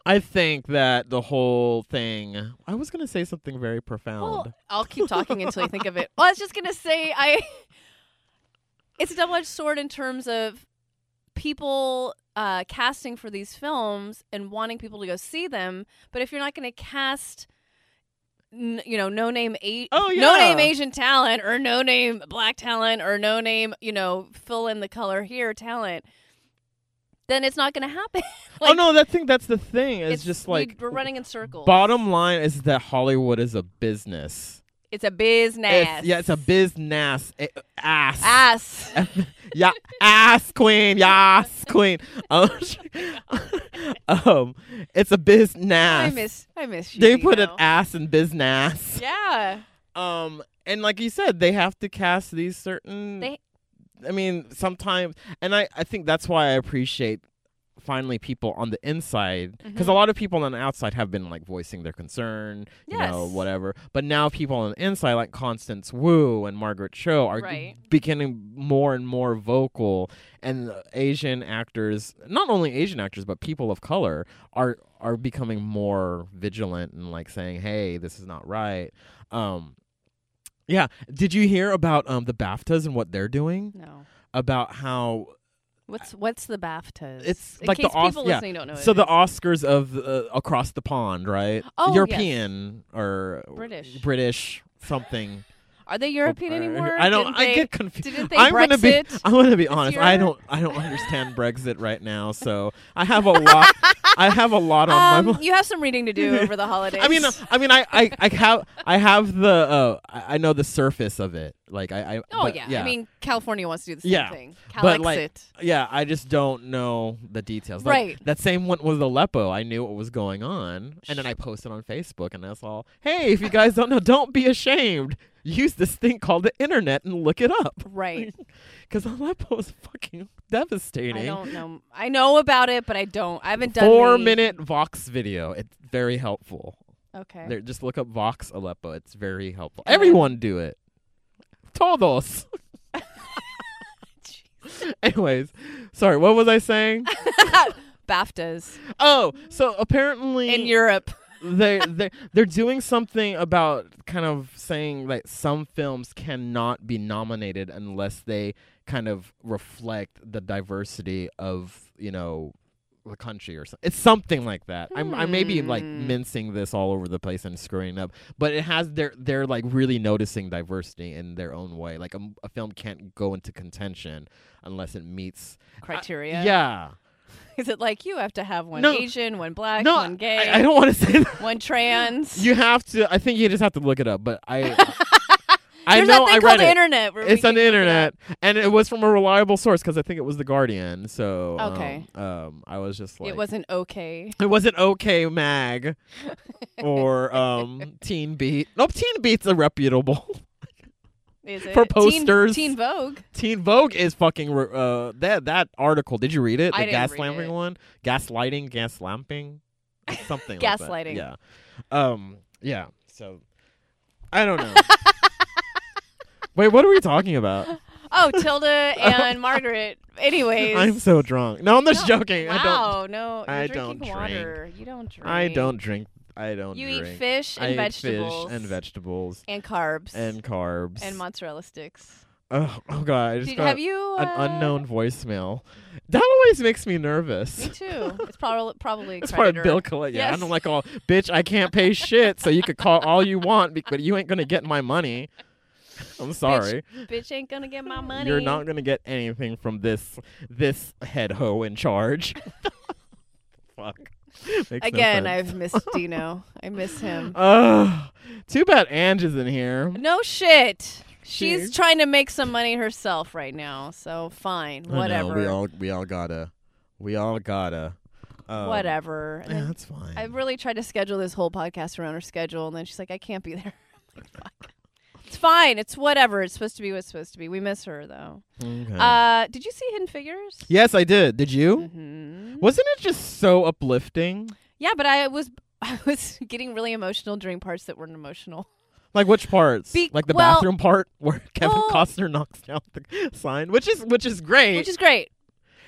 B: I think that the whole thing. I was gonna say something very profound.
A: Well, I'll keep talking until you think of it. Well, I was just gonna say I. [LAUGHS] It's a double-edged sword in terms of people uh, casting for these films and wanting people to go see them, but if you're not going to cast, n- you know, no name a-
B: Oh,
A: no name
B: yeah.
A: Asian talent or no name black talent or no name, you know, fill in the color here talent, then it's not going to happen.
B: oh
A: like,
B: no, that thing. That's the thing. It's, just
A: we-
B: like
A: we're running in circles.
B: Bottom line is that Hollywood is a business.
A: it's a business.
B: It's, yeah, it's a business. Eh, ass.
A: ass.
B: yeah, ass queen, yes queen. Um, [LAUGHS] um, it's a business.
A: I miss I miss you.
B: they put an
A: Dino.
B: ass in business.
A: Yeah.
B: Um, and like you said, they have to cast these certain.
A: They-
B: I mean, sometimes, and I I think that's why I appreciate finally people on the inside
A: Mm-hmm.
B: because a lot of people on the outside have been like voicing their concern you know
A: Yes.
B: whatever but now people on the inside like constance wu and margaret cho are
A: Right.
B: becoming more and more vocal and the asian actors not only asian actors but people of color are are becoming more vigilant and like saying hey this is not right um yeah did you hear about um the baftas and what they're doing
A: No.
B: about how
A: What's what's the BAFTAs?
B: It's
A: In
B: like the
A: case
B: Os-
A: people
B: yeah.
A: listening don't know. what Oh,
B: so
A: it
B: the
A: is.
B: Oscars of uh, across the pond, right?
A: Oh,
B: European or
A: British.
B: British something.
A: are they European
B: Or-
A: anymore?
B: I don't.
A: Didn't
B: I
A: they-
B: get confused.
A: didn't they
B: I'm gonna be.
A: Brexit
B: I'm gonna be honest. I
A: year?
B: don't. I don't understand Brexit right now. So I have a lot. I have a lot on my.
A: um,
B: mind.
A: you have some reading to
B: [LAUGHS]
A: do over the holidays.
B: I mean, uh, I mean, I, I, I have, I have the, uh, I I know the surface of it. Like I, I
A: oh
B: but
A: yeah.
B: yeah,
A: I mean, California wants to do the same
B: Yeah.
A: thing.
B: But,
A: Calexit.
B: like, yeah, I just don't know the details. Like,
A: Right.
B: That same one with Aleppo. I knew what was going on, and then I posted on Facebook, and I saw, hey, if you guys don't know, don't be ashamed. Use this thing called the internet and look it up,
A: right.
B: because Aleppo is fucking devastating.
A: I don't know. I know about it, but I don't. I haven't done
B: Four
A: the-
B: minute Vox video. It's very helpful.
A: Okay.
B: There, just look up Vox Aleppo. It's very helpful.
A: And then-
B: Everyone do it. Todos. Anyways, sorry. What was I saying?
A: BAFTAs
B: oh, so apparently
A: in Europe.
B: Uh, they they they're doing something about kind of saying that some films cannot be nominated unless they kind of reflect the diversity of you know the country or something. It's something like that. I'm, I may be like
A: Hmm.
B: mincing this all over the place and screwing up, but it has they're they're like really noticing diversity in their own way. Like a, m- a film can't go into contention unless it meets
A: Criteria.
B: yeah.
A: [LAUGHS] Is it like you have to have one
B: No.
A: Asian, one black,
B: no,
A: one gay,
B: I, I don't want to say that.
A: one trans? [LAUGHS]
B: You have to. I think you just have to look it up. But I, I
A: There's that
B: know
A: thing
B: I
A: called
B: read
A: the
B: it.
A: internet. where we
B: It's
A: can
B: on the
A: look it up.
B: internet, and it was from a reliable source because I think it was the Guardian. So um,
A: Okay.
B: um, I was just like,
A: it wasn't okay.
B: [LAUGHS] it wasn't
A: [LAUGHS]
B: OK Mag or um Teen Beat. Nope, Teen Beat's a reputable.
A: Is it
B: For
A: Teen-
B: posters.
A: Teen, Vogue.
B: Teen Vogue is fucking re- uh that that article. Did you read it? The
A: I didn't read
B: gaslamping
A: it.
B: one, gaslighting, gaslamping, something.
A: Gaslighting.
B: Like that. Yeah. Um. Yeah. So I don't
A: [LAUGHS]
B: know. Wait, what are we talking about?
A: Oh,
B: [LAUGHS]
A: Tilda and Margaret. Anyways,
B: I'm [LAUGHS] so drunk. No, I'm just
A: No,
B: joking. I don't.
A: wow, no, you're
B: I
A: drinking
B: don't
A: water. You don't drink.
B: I don't drink. I don't.
A: You
B: drink.
A: eat fish
B: I
A: and
B: eat
A: vegetables
B: fish and vegetables
A: and carbs
B: and carbs
A: and mozzarella sticks.
B: oh, oh god, I just
A: Did-
B: got
A: have you
B: an
A: uh,
B: unknown voicemail. That always makes me nervous.
A: Me too. It's probably probably a
B: [LAUGHS] It's part of
A: creditor.
B: bill collector. Yeah,
A: Yes.
B: and I'm like, oh, bitch, I can't pay shit. So you could call all you want, be- but you ain't gonna get my money. I'm sorry.
A: Bitch ain't gonna get my money.
B: [LAUGHS] You're not gonna get anything from this this head hoe in [LAUGHS] charge. Fuck. [LAUGHS] Makes no
A: Again,
B: sense.
A: I've
B: [LAUGHS]
A: missed Dino. I miss him.
B: Ugh. too bad Ange is in here.
A: No shit. She's
B: She-
A: trying to make some money herself right now, so fine,
B: I know,
A: whatever,
B: we all we all gotta we all gotta um,
A: whatever. And
B: Yeah,
A: then
B: that's fine.
A: I really tried to schedule this whole podcast around her schedule, and then she's like, "I can't be [LAUGHS] there." I'm like, "Fuck." It's fine. It's whatever. It's supposed to be what's supposed to be. We miss her though.
B: Okay.
A: Uh, did you see Hidden Figures?
B: yes, I did. Did you?
A: hmm
B: Wasn't it just so uplifting?
A: Yeah, but I was [LAUGHS] I was getting really emotional during parts that weren't emotional.
B: Like which parts?
A: Be-
B: like the
A: well-
B: bathroom part [LAUGHS] where Kevin
A: Well-
B: Costner knocks down the sign, which is which is great.
A: which is great.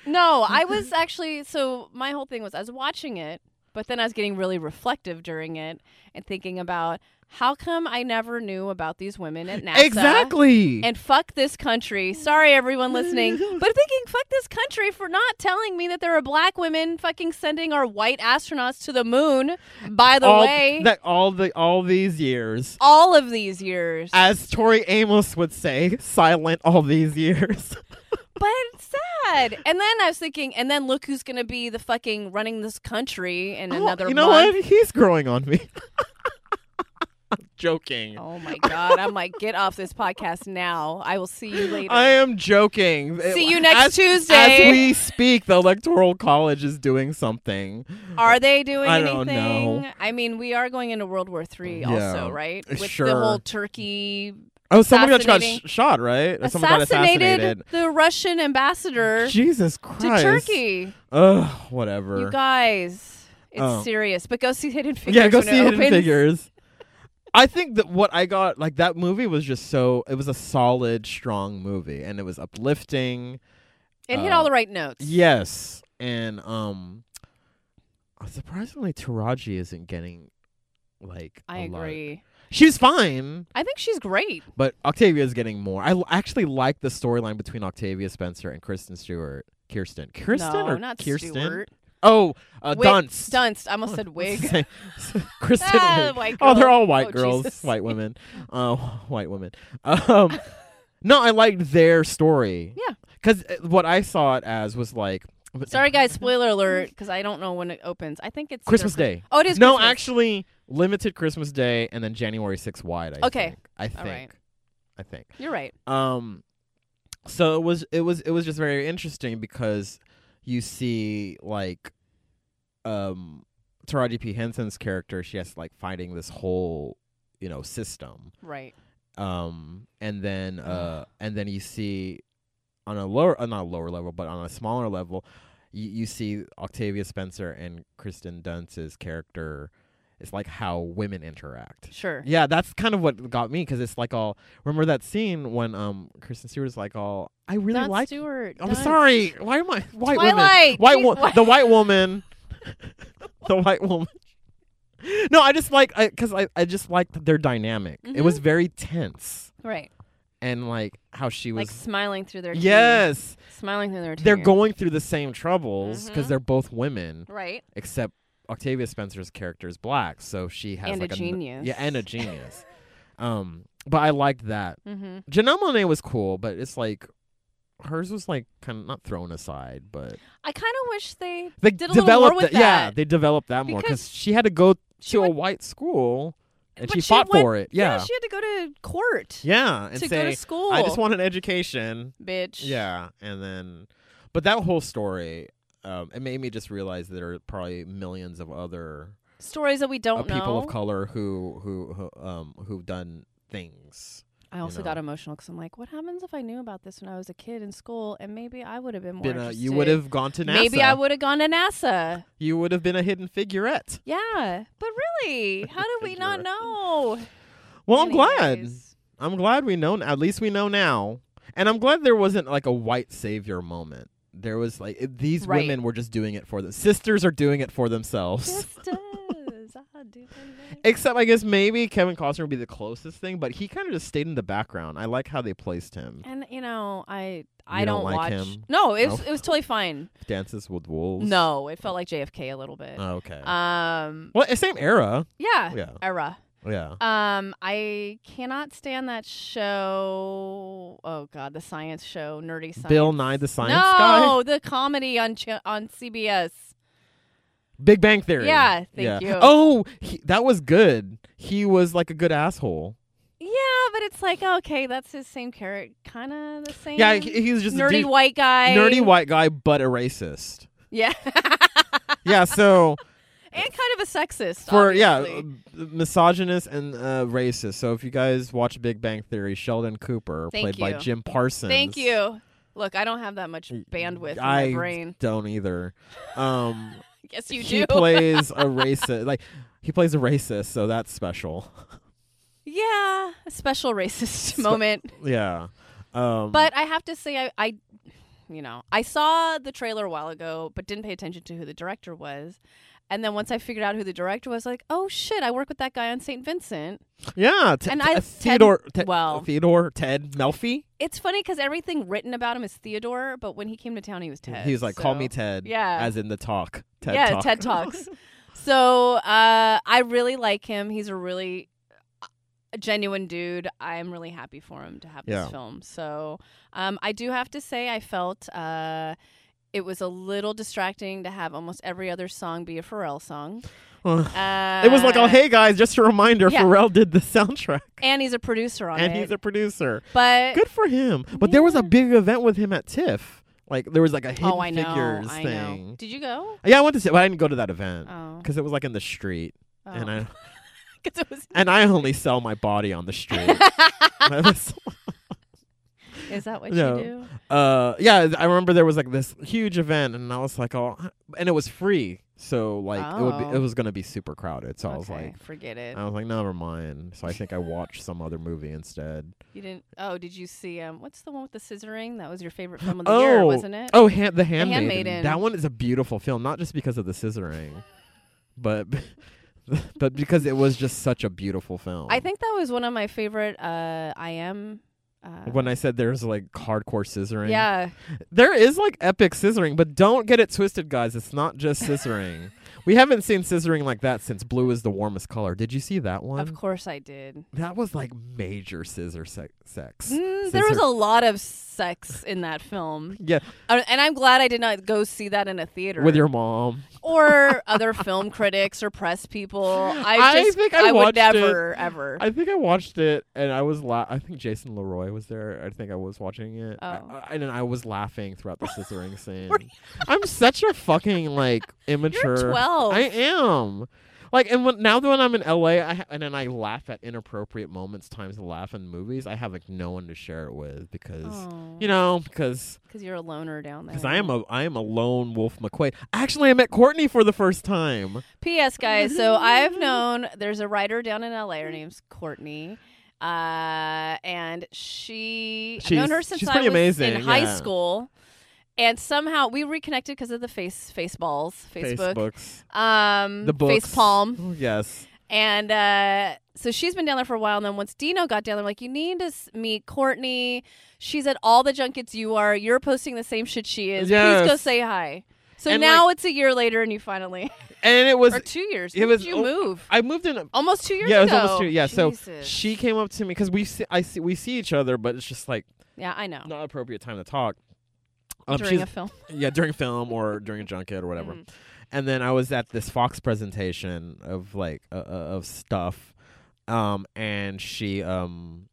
A: No, I was actually so my whole thing was I was watching it, but then I was getting really reflective during it and thinking about how come I never knew about these women at NASA.
B: exactly.
A: And fuck this country. Sorry, everyone
B: [LAUGHS]
A: listening. But thinking, fuck this country for not telling me that there are black women fucking sending our white astronauts to the moon, by the
B: all,
A: way,
B: that all the all these years,
A: all of these years.
B: as Tori Amos would say, silent all these years. [LAUGHS]
A: but it's sad. And then I was thinking, and then look who's going to be the fucking running this country in
B: Oh,
A: another
B: you know
A: month.
B: what? He's growing on me. [LAUGHS] I'm [LAUGHS] joking.
A: Oh my god! I'm like, get off this podcast now. I will see you later.
B: I am joking.
A: see
B: It-
A: you next
B: as-
A: Tuesday.
B: As we speak, the Electoral College is doing something.
A: are they doing
B: I
A: anything?
B: don't know.
A: I mean, we are going into World War Three,
B: Yeah. eh,
A: also, right? With the
B: Sure.
A: whole Turkey
B: Oh, someone got got sh-
A: Assassinating-
B: shot, right? Or Someone got assassinated.
A: assassinated the Russian ambassador
B: Jesus
A: to
B: Christ.
A: Turkey.
B: Ugh, whatever.
A: You guys, it's
B: Oh.
A: serious. But go see Hidden Figures.
B: yeah, go
A: when
B: see
A: it
B: Hidden
A: opens.
B: Figures. I think that what I got, like that movie was just so, it was a solid, strong movie and it was uplifting.
A: It hit
B: Uh,
A: all the right notes.
B: Yes. And, um, surprisingly, Taraji isn't getting, like,
A: I
B: a lot.
A: agree.
B: She's fine.
A: I think she's great.
B: But Octavia is getting more. I l- actually like the storyline between Octavia Spencer and Kristen Stewart. Kirsten. Kirsten
A: no,
B: or
A: not
B: Kirsten?
A: Stewart.
B: Oh, uh,
A: Wig-
B: Dunst.
A: Dunst. I almost
B: Oh,
A: said
B: what's
A: wig.
B: his name? [LAUGHS] Kristen.
A: [LAUGHS] Ah,
B: Wiig.
A: white
B: Oh, they're
A: girl.
B: all white
A: Oh,
B: girls,
A: Jesus. [LAUGHS]
B: white women. Oh, white women. Um, no, I liked their story.
A: Yeah.
B: Because what I saw it as was like.
A: Sorry, guys. Spoiler alert, because I don't know when it opens. I think it's either
B: Christmas
A: Chris-
B: Day.
A: Oh, it is.
B: no,
A: Christmas.
B: actually, limited Christmas Day and then January 6th wide. I
A: Okay.
B: Think. I think.
A: All right.
B: I think.
A: you're right.
B: Um so it was it was it was just very interesting because you see like um Taraji P Henson's character she has like fighting this whole you know system
A: Right.
B: um and then uh
A: Ugh.
B: and then you see on a lower uh, not a lower level but on a smaller level you, you see Octavia Spencer and Kristen Dunst's character it's like how women interact
A: Sure.
B: yeah, that's kind of what got me because it's like all. Remember that scene when um Kristen Stewart is like all. I really
A: Don
B: like.
A: Stewart.
B: I'm
A: Dunst.
B: sorry. Why am I white woman?
A: Twilight.
B: White
A: Jeez,
B: wo-
A: why-
B: the white woman. [LAUGHS] the white woman. No, I just like because I, I just liked their dynamic. It
A: Mhm.
B: was very tense
A: Right.
B: and like how she was.
A: Like smiling through their. teeth.
B: yes,
A: Smiling through their. Teeth.
B: they're going through the same troubles because
A: Mhm.
B: they're both women,
A: Right.
B: except Octavia Spencer's character is black, so she has
A: And a
B: like n-
A: genius.
B: yeah,
A: [LAUGHS]
B: and a genius. um, but I liked that.
A: Mm-hmm.
B: Janelle Monet was cool, but it's like hers was like kind of not thrown aside, but
A: I kind of wish they
B: they
A: Did a little more
B: developed.
A: with
B: that- Yeah,
A: that.
B: they developed that more because
A: Because
B: she had to go
A: she
B: to a
A: went-
B: white school and
A: But
B: she
A: she
B: fought
A: went-
B: for it. Yeah,
A: she had to go to court
B: yeah, and
A: to go
B: say
A: to school.
B: I just want an education.
A: bitch.
B: Yeah, and then, but that whole story, um, it made me just realize there are probably millions of other
A: Stories that we
B: uh,
A: don't know.
B: people of color who who who um who've done things.
A: I
B: you
A: also
B: know.
A: got emotional because I'm like, what happens if I knew about this when I was a kid in school, and maybe I would have been more.
B: Been a,
A: interested.
B: you would have gone to NASA.
A: Maybe I would have gone to NASA.
B: You would have been a hidden figurette.
A: Yeah, but really, how do we not
B: [LAUGHS] Figure.
A: know?
B: Well, I'm glad.
A: Anyways.
B: I'm glad we know. At least we know now. And I'm glad there wasn't like a white savior moment. There was like it- these
A: Right.
B: women were just doing it for the sisters are doing it for themselves.
A: Just
B: [LAUGHS]
A: as I do my best.
B: Except I guess maybe Kevin Costner would be the closest thing, but he kind of just stayed in the background. I like how they placed him.
A: And you know, I I
B: You don't
A: don't,
B: like
A: watch.
B: him?
A: No, it was
B: No.
A: it was totally fine.
B: Dances with Wolves.
A: No, it felt like JFK a little bit.
B: Oh, okay.
A: Um,
B: well, eh, same era.
A: yeah,
B: Yeah.
A: era.
B: Yeah.
A: Um, I cannot stand that show. Oh God, the science show, nerdy science.
B: Bill Nye the Science Guy. [LAUGHS]
A: no, the comedy on Ch- on CBS.
B: Big Bang Theory.
A: Yeah, thank you.
B: Oh, he, that was good. He was like a good asshole.
A: Yeah, but it's like okay, that's his same character, kind of the same.
B: Yeah, he, he was just a
A: nerdy
B: dude-
A: white guy.
B: nerdy white guy, but a racist.
A: [LAUGHS] Yeah,
B: Yeah,
A: [LAUGHS]
B: so
A: and kind of a sexist.
B: for yeah,
A: obviously.
B: uh, misogynist and uh, racist. So if you guys watch Big Bang Theory, Sheldon Cooper,
A: Thank
B: played by
A: you.
B: Jim Parsons.
A: Thank you. Look, I don't have that much bandwidth in
B: I
A: my brain.
B: Don't either. Um,
A: Yes, [LAUGHS] you
B: he
A: do.
B: plays a racist. Like he plays a racist, so that's special.
A: [LAUGHS]
B: [LAUGHS]
A: yeah, a special racist
B: So-
A: moment.
B: Yeah. Um,
A: But I have to say, I, I, you know, I saw the trailer a while ago, but didn't pay attention to who the director was. And then once I figured out who the director was, like, oh shit, I work with that guy on St. Vincent.
B: yeah, Te-
A: and
B: Te-
A: I-
B: uh,
A: Ted-
B: Theodore. Te-
A: well.
B: Theodore Ted Melfi.
A: It's funny because everything written about him is Theodore, but when he came to town, he was Ted.
B: he was like, "Call
A: so-
B: me Ted."
A: Yeah.
B: As in the talk. Ted
A: yeah,
B: talk.
A: TED
B: [LAUGHS]
A: Talks. so uh, I really like him. He's a really a genuine dude. I'm really happy for him to have
B: Yeah.
A: this film. So um, I do have to say, I felt uh, it was a little distracting to have almost every other song be a Pharrell song.
B: Ugh.
A: Uh,
B: It was like, oh, hey guys, just a reminder,
A: Yeah.
B: Pharrell did the soundtrack,
A: and he's a producer on
B: and
A: it.
B: he's a producer.
A: but
B: Good for him. But there was a
A: Yeah.
B: big event with him at TIFF. Like there was like a hidden
A: oh, I know,
B: figures
A: I
B: thing.
A: know. Did you go?
B: Yeah, I went to see, but I didn't go to that event
A: Oh,
B: because it was like in the street, and
A: [LAUGHS]
B: I
A: because it was.
B: and I only sell my body
A: [LAUGHS]
B: on the street. I was-
A: Is that what
B: No.
A: you do?
B: uh, yeah, I remember there was like this huge event, and I was like, oh, and it was free, so like it would be, it
A: Oh.
B: was gonna be super crowded. So I was
A: Okay,
B: like,
A: forget it.
B: I was like, never mind. So I think I watched some other movie instead.
A: You didn't. Oh, did you see? Um, what's the one with the scissoring? That was your favorite film of the
B: oh,
A: year, wasn't it?
B: Oh, Han- the Handmaiden.
A: Handmaiden.
B: That one is a beautiful film, not just because of the scissoring, but [LAUGHS] but because it was just such a beautiful film.
A: I think that was one of my favorite. Uh, I am. Uh,
B: when I said there's like hardcore scissoring,
A: yeah,
B: there is like epic scissoring, but don't get it twisted, guys. It's not just
A: [LAUGHS]
B: scissoring. we haven't seen scissoring like that since Blue is the Warmest Color. Did you see that one?
A: of course I did.
B: That was like major scissor se- sex.
A: Mm, there was
B: Scissor-
A: a lot of sex in that film,
B: yeah,
A: Uh, and I'm glad I did not go see that in a theater
B: with your mom.
A: or other film critics or press people. I
B: I
A: just
B: think I
A: would
B: watched it.
A: never ever.
B: I think I watched it and I was la- I think Jason Leroy was there. I think I was watching it. I-
A: Oh.
B: I- and then I was laughing throughout
A: [LAUGHS]
B: the scissoring scene.
A: Were you-
B: I'm such a fucking like
A: [LAUGHS]
B: immature.
A: You're 12.
B: I am. Like and when, now that when I'm in LA, I ha- and then I laugh at inappropriate moments, times to laugh in movies. I have like no one to share it with because you know because
A: because Oh, you're a loner down there.
B: because I am a I am a lone wolf McQuaid. Actually, I met Courtney for the first time.
A: P.S. guys, so I've known there's a writer down in L.A. Her name's Courtney, uh, and she I've known
B: She's-
A: her since
B: she's
A: I
B: pretty
A: was
B: amazing,
A: in high
B: yeah.
A: school, and somehow we reconnected because of the face face balls Facebook,
B: Facebooks,
A: um,
B: the books,
A: face palm,
B: Oh, Yes.
A: and uh, so she's been down there for a while. And then once Dino got down there, I'm like, you need to s- meet Courtney. She's at all the junkets you are. You're posting the same shit she is. Please go
B: Yes.
A: say hi. So
B: And,
A: now it's a year later, and you finally
B: And it was
A: or two years.
B: it
A: When
B: was
A: did you
B: o-
A: move?
B: I moved in. A,
A: almost two years
B: yeah, it was
A: ago.
B: almost two. Yeah, so
A: Jesus.
B: she came up to me because we see, I see, we see each other, but it's just like
A: yeah, I know.
B: not appropriate time to talk. Um,
A: During
B: she's,
A: a film,
B: yeah, during film or during a junket or whatever.
A: Mhm.
B: And then I was at this Fox presentation of like uh, uh, of stuff. um, and she um,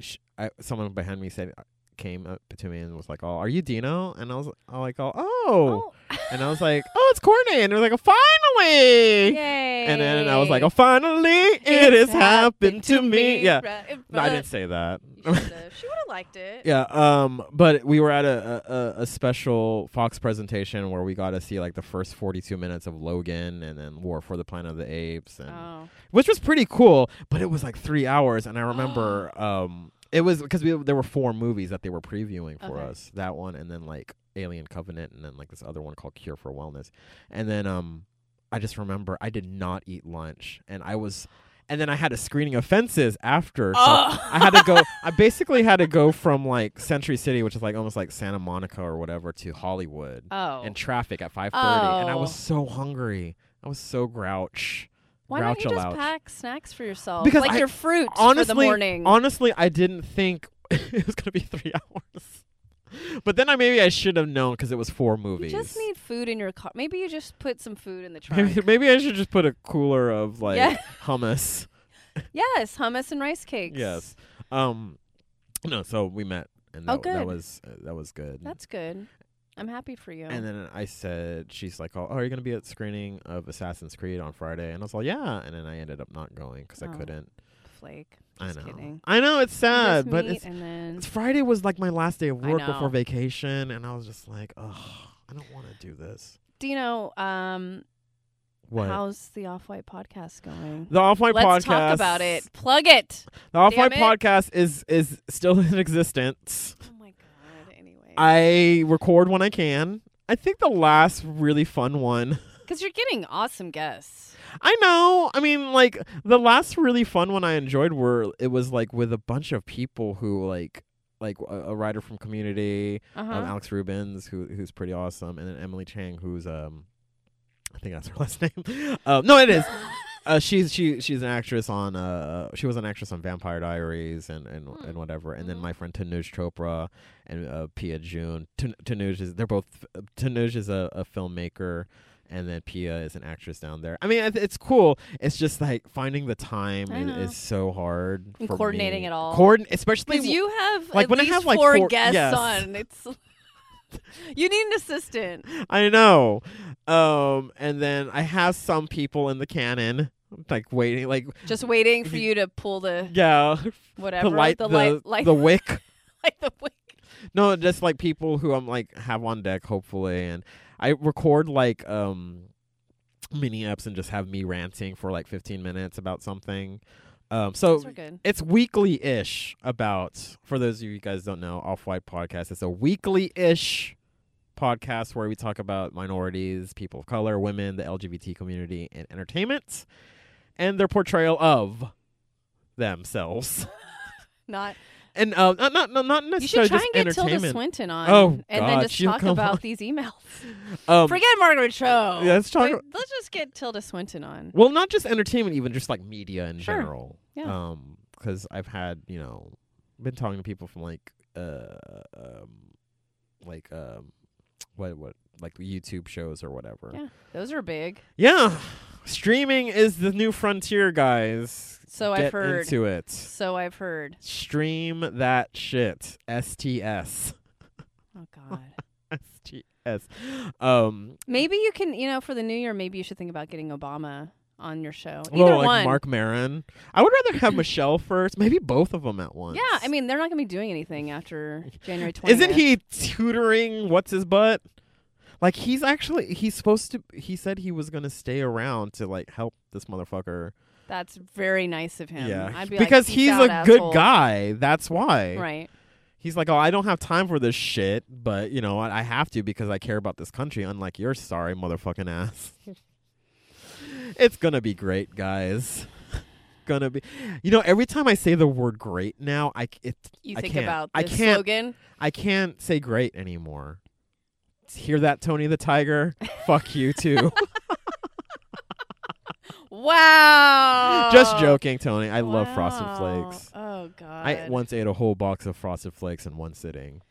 B: sh I, someone behind me said came up to me and was like, "Oh, are you Dino?" And I was I like, "Oh, oh. and I was like, "Oh, it's Courtney," and it was like, "Oh, finally!"
A: Yay.
B: And then I was like, "Oh, finally, it has happened to me." Yeah,
A: Right,
B: no,
A: but-
B: I didn't say that.
A: You
B: [LAUGHS]
A: should've. [LAUGHS] she would have liked it.
B: Yeah, um, but we were at a, a- a, a special Fox presentation where we got to see like the first 42 minutes of Logan and then War for the Planet of the Apes, and
A: Oh.
B: which was pretty cool. But it was like three hours, and I remember
A: Oh.
B: um, it was because we there were four movies that they were previewing for
A: Okay.
B: us. That one, and then like Alien Covenant, and then like this other one called Cure for Wellness, and then um, I just remember I did not eat lunch, and I was. And then I had a screening of fences after. So
A: Oh.
B: I had to
A: [LAUGHS]
B: go. I basically had to go from like Century City, which is like almost like Santa Monica or whatever, to Hollywood
A: Oh.
B: and traffic at five thirty. And I was so hungry. I was so grouch.
A: Why don't you just
B: grouch-a-louch.
A: pack snacks for yourself?
B: Because
A: like
B: I-
A: your fruit for the
B: honestly-
A: morning.
B: Honestly, I didn't think [LAUGHS] it was gonna be three [LAUGHS] hours. But then I maybe I should have known because it was four
A: you
B: movies.
A: just need food in your car. Maybe you just put some food in the trunk.
B: [LAUGHS] maybe, maybe I should just put a cooler of like
A: Yeah.
B: hummus.
A: yes, hummus and rice cakes.
B: Yes. Um, no. So we met, and that,
A: Oh,
B: that
A: good.
B: was uh, that was good.
A: That's good. I'm happy for you.
B: And then I said, she's like, oh, are you going to be at screening of Assassin's Creed on Friday? And I was like, yeah. And then I ended up not going because I
A: Oh,
B: couldn't.
A: Flake.
B: I
A: just
B: know.
A: kidding.
B: I know it's
A: You just
B: sad, but
A: meet
B: it's,
A: and then
B: it's Friday was like my last day of
A: I
B: work before
A: know.
B: vacation. And I was just like, oh, I don't want to do this.
A: Dino, um,
B: What?
A: how's the Off White podcast going?
B: the Off White
A: Let's
B: Podcast.
A: talk about it. Plug it.
B: The Off White
A: Damn it.
B: Podcast is is still [LAUGHS] in existence.
A: Oh my god. Anyway,
B: I record when I can. I think the last really fun one
A: because you're getting awesome guests.
B: I know. I mean, like the last really fun one I enjoyed were it was like with a bunch of people who like like a, a writer from Community,
A: Uh huh.
B: um, Alex Rubens, who who's pretty awesome, and then Emily Chang, who's um, I think that's her [LAUGHS] last name. um, no,
A: [LAUGHS]
B: it is. Uh, she's she she's an actress on uh she was an actress on Vampire Diaries and and,
A: Hmm.
B: and whatever and then
A: Mhm.
B: my friend Tanuj Chopra and uh, Pia June Tan- Tanuj is they're both Tanuj is a, a filmmaker and then Pia is an actress down there I mean it, it's cool it's just like finding the time
A: I
B: is,
A: know.
B: is so hard
A: And
B: for
A: coordinating
B: me.
A: it all.
B: Coordin- especially
A: Because you have
B: like,
A: at
B: when I
A: least
B: have, like,
A: four,
B: four-
A: guests
B: yes.
A: on. It's [LAUGHS] you need an assistant.
B: I know. Um, and then I have some people in the canon, like waiting, like
A: Just waiting for you to pull the
B: yeah,
A: whatever
B: to light
A: the
B: the
A: light, light,
B: the wick.
A: light the wick.
B: No, just like people who I'm like have on deck, hopefully, and I record like um mini eps and just have me ranting for like 15 minutes about something. Um, so
A: Those are good.
B: it's weekly ish about for those of you guys don't know off white podcast it's a weekly ish podcast where we talk about minorities people of color women the lgbt community and entertainment and their portrayal of
A: [LAUGHS]
B: themselves
A: Not
B: and uh, not, not not not
A: you should
B: necessarily
A: try
B: just
A: and get Tilda
B: entertainment
A: Swinton on.
B: Oh,
A: and then
B: God,
A: just
B: she'll
A: talk
B: come
A: about
B: on.
A: these emails.
B: um,
A: Forget Margaret Cho.
B: yeah, let's talk
A: But
B: ab-
A: let's just get Tilda Swinton on.
B: well not just entertainment even just like media in
A: Sure.
B: general
A: Yeah.
B: um because i've had you know been talking to people from like uh um like um what what like youtube shows or whatever
A: Yeah. Those are big.
B: Yeah. streaming is the new frontier guys
A: So
B: Get
A: I've heard.
B: into it
A: So I've heard.
B: stream that shit sts
A: Oh God.
B: sts um
A: [LAUGHS] maybe you can. You know, for the new year, maybe you should think about getting Obama on your show. Either
B: well, Oh, like
A: one.
B: Mark Maron. I would rather
A: [LAUGHS]
B: have Michelle first, maybe both of them at once.
A: yeah, I mean, they're not going to be doing anything
B: [LAUGHS]
A: after January 20th.
B: Isn't he tutoring what's his butt? Like he's actually he's supposed to he said he was going to stay around to like help this motherfucker.
A: That's very nice of him.
B: Yeah.
A: I'd be like,
B: because
A: "Peace
B: he's
A: out,
B: a good
A: asshole."
B: guy. That's why.
A: Right.
B: He's like, "Oh, I don't have time for this shit, but you know, I, I have to because I care about this country unlike your sorry motherfucking ass." [LAUGHS] it's going to be great, guys. [LAUGHS] gonna be You know, every time I say the word great now, I c- it
A: You
B: I
A: think
B: can't.
A: about
B: I
A: this
B: can't.
A: slogan.
B: I can't say great anymore. Hear that, Tony the
A: [LAUGHS]
B: Tiger? Fuck you too.
A: Wow.
B: [LAUGHS] Just joking, Tony. I love Frosted
A: Wow.
B: Flakes.
A: Oh god.
B: I once ate a whole box of Frosted Flakes in one sitting.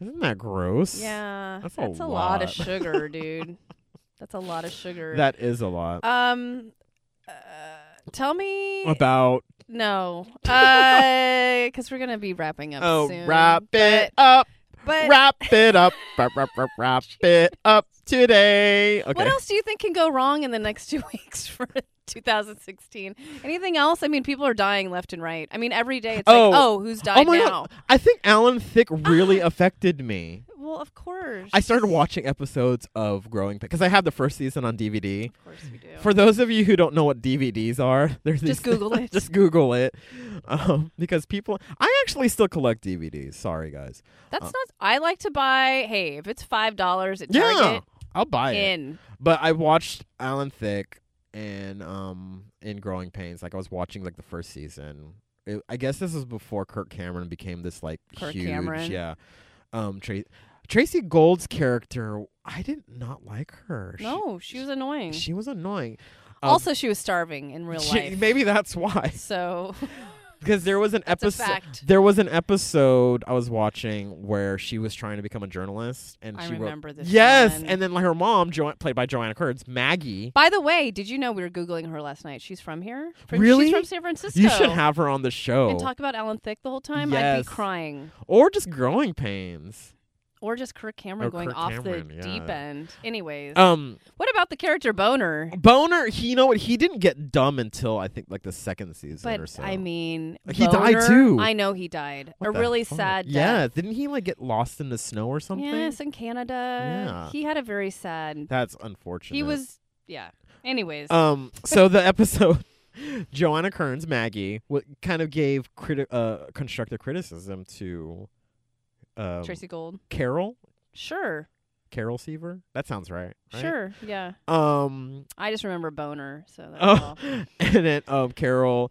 B: Isn't that gross?
A: Yeah.
B: That's a
A: a, lot. of
B: lot. [LAUGHS]
A: sugar, dude. that's a lot of sugar.
B: That is a lot.
A: um uh, Tell me
B: about
A: no, because we're gonna be wrapping up.
B: oh
A: soon.
B: wrap it
A: But-
B: up
A: But
B: wrap
A: [LAUGHS]
B: it up wrap wrap wrap wrap it up today okay
A: what else do you think can go wrong in the next two [LAUGHS] weeks for 2016? Anything else? I mean, people are dying left and right. I mean, every day it's
B: Oh.
A: like, oh, who's died
B: oh my
A: now?
B: god i think alan thick
A: Ah.
B: really affected me
A: Well, of course.
B: i started watching episodes of growing because i have the first season on dvd
A: Of course we do.
B: for those of you who don't know what dvds are [LAUGHS] there's
A: Just
B: these-
A: Google it.
B: just google it um, because people i actually still collect dvds sorry guys
A: That's
B: Uh,
A: not. I like to buy. Hey, if it's five dollars at
B: yeah
A: Target,
B: i'll buy it
A: in.
B: But I watched Alan Thick and um in Growing Pains. Like I was watching like the first season. It, I guess this was before Kirk Cameron became this like
A: Kirk
B: huge.
A: Cameron.
B: Yeah. Um, Tra- Tracy Gold's character. I did not like her. She-
A: No, she was annoying.
B: she was annoying. Um,
A: also, she was starving in real
B: she-
A: life.
B: maybe that's why. [LAUGHS]
A: so [LAUGHS]
B: Because there was an
A: it's a
B: episode.
A: fact.
B: There was an episode I was watching where she was trying to become a journalist, and
A: I
B: she wrote.
A: remember this.
B: Yes,
A: one.
B: and then like her mom, jo- played by Joanna Kurtz, Maggie.
A: by the way, did you know we were googling her last night? She's from here. From,
B: Really?
A: She's from San Francisco.
B: You should have her on the show.
A: and talk about Alan Thicke the whole time. I'd be
B: Yes.
A: crying.
B: or just growing pains.
A: Or just Kirk Cameron
B: Or
A: going
B: Oh, Kirk
A: off
B: Cameron,
A: the
B: yeah.
A: deep end. Anyways,
B: Um
A: what about the character Boner?
B: Boner, he you know what he didn't get dumb until I think like the second season or
A: But
B: so.
A: I mean,
B: He died
A: Boner,
B: too.
A: I know he died.
B: What
A: a
B: the
A: really
B: fuck?
A: sad death.
B: Yeah, didn't he like get lost in the snow or something?
A: Yes, in Canada.
B: Yeah.
A: He had a very sad.
B: That's unfortunate.
A: He was, yeah. Anyways,
B: um so the episode [LAUGHS] Joanna Kearns Maggie what kind of gave criti- uh, constructive criticism to um,
A: Tracy Gold.
B: Carol
A: Sure,
B: Carol Seaver. That sounds right. right?
A: sure, yeah.
B: Um
A: I just remember boner, so that's
B: [LAUGHS] Oh,
A: all. [LAUGHS]
B: and then um, Carol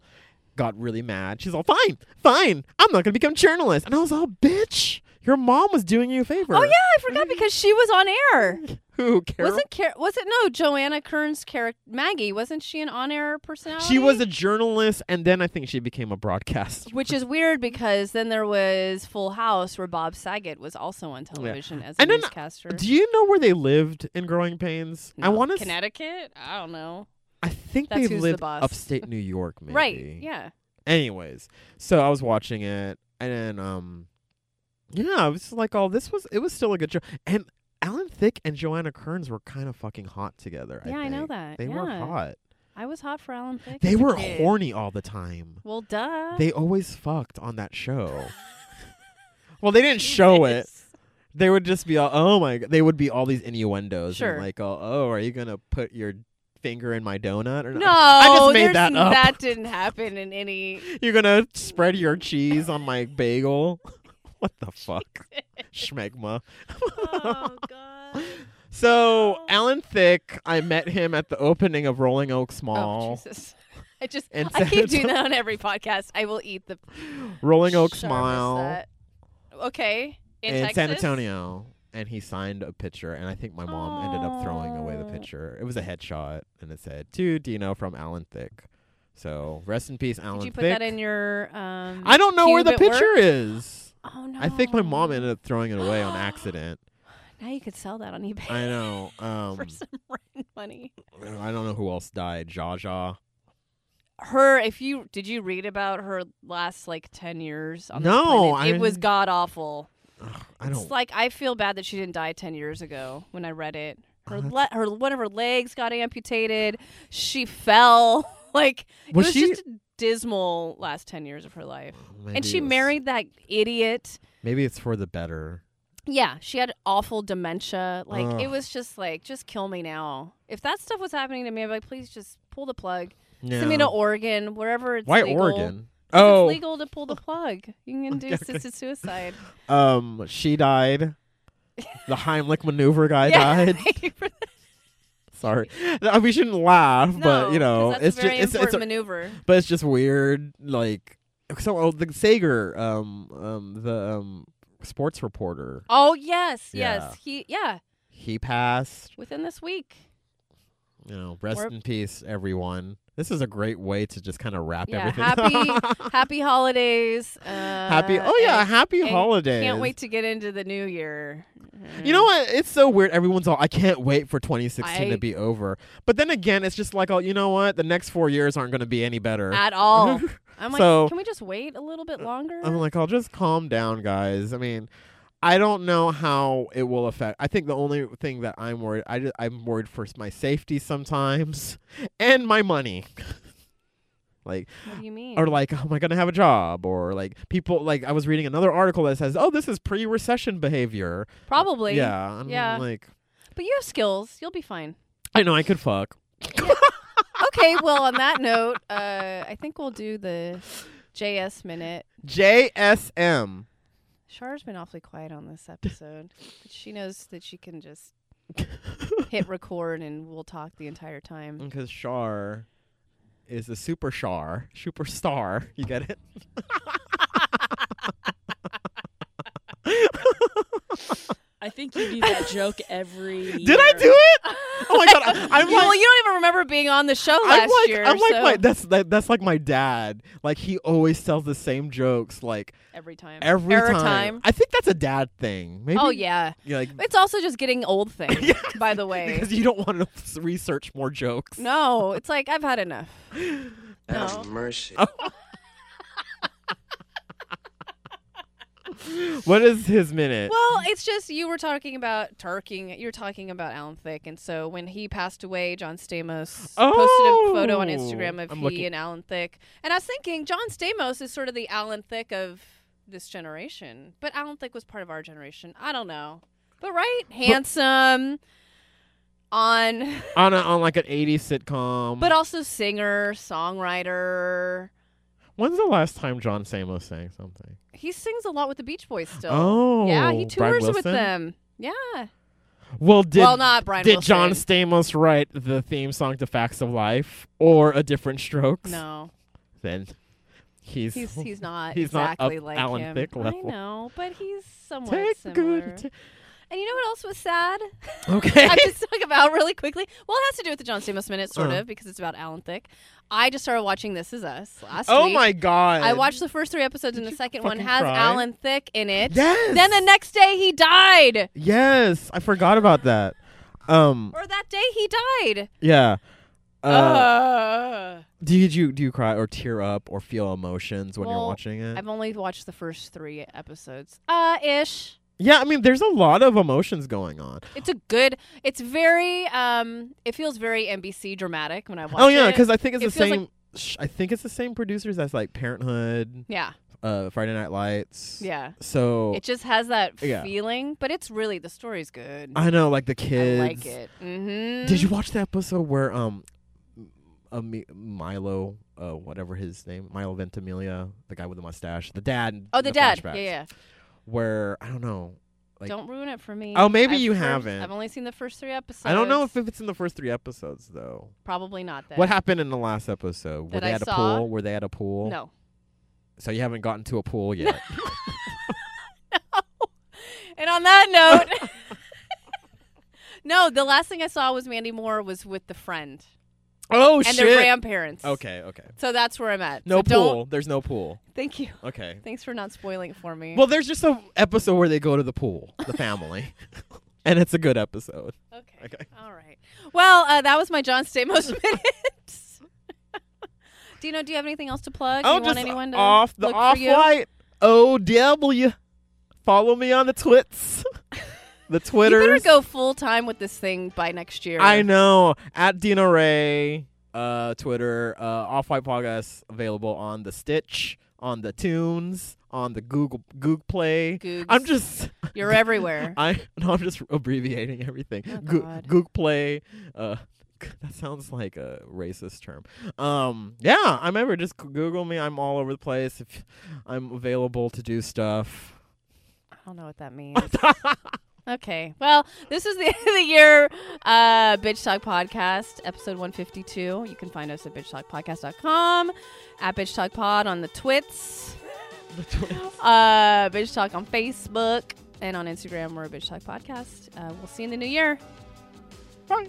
B: got really mad. She's all, "Fine, fine, I'm not gonna become a journalist." And I was all, "Bitch, your mom was doing you a favor."
A: Oh yeah, I forgot because she was on air.
B: who Carol?
A: Wasn't Car- wasn't no Joanna Kern's character Maggie? Wasn't she an on-air personality?
B: she was a journalist, and then I think she became a broadcast.
A: which is weird because then there was Full House where Bob Saget was also on television as a
B: And then- uh,
A: newscaster.
B: Do you know where they lived in Growing Pains? I
A: No.
B: want to.
A: Connecticut. I don't know.
B: I think
A: That's
B: they
A: who's the
B: lived
A: boss. [LAUGHS]
B: upstate New York, maybe.
A: Right? Yeah.
B: Anyways, so I was watching it, and then um, yeah, I was like, "Oh, this was it was still a good show." And Alan Thicke and Joanna Kearns were kind of fucking hot together.
A: yeah,
B: I,
A: I know
B: think.
A: that.
B: They
A: yeah.
B: were hot.
A: I was hot for Alan Thicke. as
B: They
A: a
B: were
A: kid.
B: horny all the time.
A: Well, duh.
B: They always fucked on
A: [LAUGHS]
B: that show. well, they didn't show it. They would just be all, "Oh my!" g-" They would be all these innuendos
A: Sure.
B: and like, "Oh, oh, are you gonna put your finger in my donut?" Or
A: No,
B: I just made
A: there's-
B: that up.
A: That didn't happen in
B: [LAUGHS]
A: any.
B: You're gonna spread your cheese on my bagel? [LAUGHS] what
A: [LAUGHS]
B: the fuck? Schmegma.
A: Oh God.
B: So
A: No.
B: Alan Thicke, I met him at the opening of Rolling Oaks
A: Oh,
B: Mall.
A: Jesus. [LAUGHS] I just
B: And
A: I
B: send it
A: keep doing
B: to-
A: that on every podcast. I will eat the
B: Rolling Oaks
A: sharpest
B: Mall
A: that- Okay. In,
B: in
A: Texas?
B: San Antonio. And he signed a picture, and I think my mom ended up throwing away the
A: Aw.
B: picture. It was a headshot, and it said to Dino from Alan Thicke. So rest in peace, Alan
A: Did you put
B: Thicke.
A: that in your um
B: I don't know where the
A: cube at
B: picture
A: work?
B: is.
A: Oh no.
B: I think my mom ended up throwing
A: [GASPS]
B: it away on accident.
A: Now you could sell that on eBay
B: I know.
A: [LAUGHS]
B: Um,
A: for some rent money.
B: I don't know who else died. Jaja.
A: Her if you did you read about her last like 10 years on this
B: No,
A: planet?
B: I-
A: it was god awful.
B: Ugh, I
A: It's
B: don't.
A: like I feel bad that she didn't die ten years ago. When I read it, her
B: Oh,
A: le- her one of her legs got amputated. She fell. [LAUGHS] Like it
B: Was
A: was
B: she-
A: just a dismal last ten years of her life.
B: Maybe
A: and she
B: it was-
A: married that idiot.
B: Maybe it's for the better.
A: Yeah, she had awful dementia. Like
B: Ugh.
A: it was just like, just kill me now. If that stuff was happening to me, I'd be like, please just pull the plug.
B: Yeah.
A: Send me to Oregon, wherever it's
B: Why
A: legal.
B: Oregon?
A: 'Cause
B: Oh,
A: it's legal to pull
B: [LAUGHS]
A: the plug. You can
B: Okay,
A: do
B: okay.
A: assisted
B: [LAUGHS]
A: suicide. [LAUGHS]
B: um, she died. The Heimlich maneuver guy
A: Yeah. [LAUGHS]
B: died. Sorry, Uh, we shouldn't laugh, but
A: No, 'cause
B: you know,
A: that's
B: it's
A: a
B: just
A: very
B: it's, it's
A: important
B: a-
A: maneuver.
B: but it's just weird. Like, so oh, the Sager, um, um, the um, sports reporter,
A: Oh yes, yes.
B: Yeah.
A: He yeah,
B: he passed.
A: within this week.
B: you know, rest
A: We're-
B: in peace, everyone. This is a great way to just kind of wrap
A: Yeah,
B: everything.
A: happy-
B: [LAUGHS] up.
A: Happy holidays. Uh,
B: happy. Oh yeah,
A: and
B: happy
A: and
B: holidays.
A: Can't wait to get into the new year.
B: You know what? It's so weird. Everyone's all, I can't wait for 2016
A: I-
B: to be over. But then again, it's just like, oh, you know what? The next four years aren't going to be any
A: [LAUGHS]
B: better.
A: At all. I'm like,
B: So-
A: can we just wait a little bit longer?
B: I'm like, I'll just calm down, guys. I mean, I don't know how it will affect. I think the only thing that I'm worried, I ju- I'm worried for s- my safety sometimes [LAUGHS] and my money. like,
A: what do you mean?
B: or like, am I gonna have a job? Or like, people like, I was reading another article that says, oh, this is pre-recession behavior.
A: Probably.
B: Yeah, and I'm
A: Yeah.
B: like,
A: But you have skills. You'll be fine.
B: I know I could fuck.
A: [LAUGHS] Okay, well, on that [LAUGHS] note, uh, I think we'll do the JS minute.
B: JSM.
A: Char's been awfully quiet on this episode. But she knows that she can just hit record and we'll talk the entire time.
B: Because Shar is a super Shar, super star. You get
A: [LAUGHS]
B: it?
C: I think you do that joke every.
B: Did I do it? Oh my god!
A: [LAUGHS]
B: I- [LAUGHS] I'm
A: You- well,
B: like,
A: you don't even remember being on the show last
B: I'm like,
A: year.
B: I'm like
A: so
B: my that's that, that's like my dad. Like he always tells the same jokes like
A: every time.
B: every
A: Error
B: time. I think that's a dad thing. Maybe.
A: Oh yeah, [LAUGHS]
B: You're like
A: it's also just getting
B: [LAUGHS]
A: old thing.
B: Yeah.
A: By the way,
B: because you don't want to research more jokes.
A: no, it's like I've had
B: [LAUGHS]
A: enough. No.
D: Have mercy.
B: What is his minute?
A: Well, it's just you were talking about Turking. You were talking about Alan Thicke, and so when he passed away, John Stamos
B: Oh!
A: posted a photo on Instagram of
B: I'm
A: he
B: looking-
A: and Alan Thicke. And I was thinking, John Stamos is sort of the Alan Thicke of this generation, but Alan Thicke was part of our generation. I don't know, but right, handsome,
B: [LAUGHS]
A: on,
B: on a, on like an 80s sitcom.
A: but uh, also singer, songwriter.
B: when's the last time John Samos sang something?
A: He sings a lot with the Beach Boys still.
B: Oh,
A: yeah, he
B: Brian
A: tours with
B: Wilson?
A: them. Yeah.
B: Well, did
A: well, not Brian.
B: did
A: Wilson.
B: John Stamos write the theme song to Facts of Life or A Different Strokes?
A: No.
B: Then he's
A: [LAUGHS] He's he's not
B: he's not
A: exactly
B: up
A: like
B: Alan
A: him.
B: Thicke
A: I
B: level.
A: know, but he's somewhat
B: take a
A: similar.
B: good. t-
A: and you know what else was
B: [LAUGHS]
A: sad?
B: okay.
A: I just talk about really quickly. Well, it has to do with the John Stamos minute, sort
B: Uh.
A: of, because it's about Alan Thicke. I just started watching This Is Us last
B: oh
A: week.
B: my god.
A: I watched the first three episodes, and
B: Did
A: the
B: you
A: second one
B: fucking
A: has
B: cry?
A: Alan Thicke in it.
B: Yes.
A: Then the next day he died,
B: Yes, I forgot about that. Um.
A: or that day he died.
B: Yeah. Uh,
A: Uh.
B: did you do you cry or tear up or feel emotions when you're
A: Well,
B: watching it?
A: I've only watched the first three episodes. Uh, ish.
B: yeah, I mean, there's a lot of emotions going on.
A: It's a good. It's very. Um, it feels very NBC dramatic when I watch.
B: oh yeah,
A: it.
B: because I think it's
A: it
B: the
A: feels like-
B: same. sh I think it's the same producers as like Parenthood,
A: yeah,
B: uh, Friday Night Lights.
A: yeah.
B: So
A: It just has that
B: Yeah.
A: feeling, but it's really the story's good.
B: I know, like the
A: I
B: kids.
A: like it. Mm-hmm.
B: Did you watch the episode where um, uh, Mi- Milo, uh, whatever his name, Milo Ventimiglia, the guy with the mustache, the dad.
A: Oh,
B: in
A: the, dad. Yeah,
B: flashbacks,
A: yeah.
B: Where I don't know. Like-
A: Don't ruin it for me.
B: Oh, maybe
A: I've
B: you
A: first-
B: haven't.
A: I've only seen the first three episodes.
B: I don't know if it's in the first three episodes though.
A: probably not. Then
B: What happened in the last episode? Were
A: That
B: they
A: I
B: at a
A: saw?
B: pool? Were they at a pool?
A: No.
B: So you haven't gotten to a
A: [LAUGHS]
B: pool yet.
A: And on that
B: [LAUGHS]
A: note, [LAUGHS] no. The last thing I saw was Mandy Moore was with the friend
B: [LAUGHS] oh
A: and
B: shit.
A: their grandparents.
B: okay, okay.
A: So that's where I'm at.
B: No
A: So don't-
B: pool. There's no pool.
A: Thank you.
B: Okay.
A: Thanks for not spoiling it for me.
B: Well, there's just a episode where they go to the pool,
A: [LAUGHS]
B: the family, [LAUGHS] and it's a good episode.
A: okay.
B: Okay. [LAUGHS]
A: All right. Well, uh, that was my John Stamos [LAUGHS] minutes. [LAUGHS] do you know? Do you have anything else to plug? do you want anyone to
B: Oh, off the
A: look
B: off
A: for you?
B: white OW. Follow me on the twits, the
A: [LAUGHS] You
B: twitters.
A: better go full time with this thing by next year.
B: I know at Dina Ray, uh, Twitter, uh, off white podcast available on the Stitch, on the Tunes, on the Google Google Play.
A: Googs.
B: I'm just
A: You're [LAUGHS] everywhere.
B: [LAUGHS] I no, I'm just abbreviating everything.
A: Oh,
B: Goo
A: God.
B: Goog play. Uh, [LAUGHS] that sounds like a racist term. Um, yeah, I'm ever just g- Google me. I'm all over the place. If I'm available to do stuff. [LAUGHS]
A: I don't know what that means. okay. Well, this is the [LAUGHS] end of the year uh, Bitch Talk Podcast, episode 152. You can find us at bitchtalkpodcast.com, at Bitch Talk Pod on the twits. uh, Bitch Talk on Facebook and on Instagram. We're a Bitch Talk Podcast. Uh, we'll see you in the new year. Bye.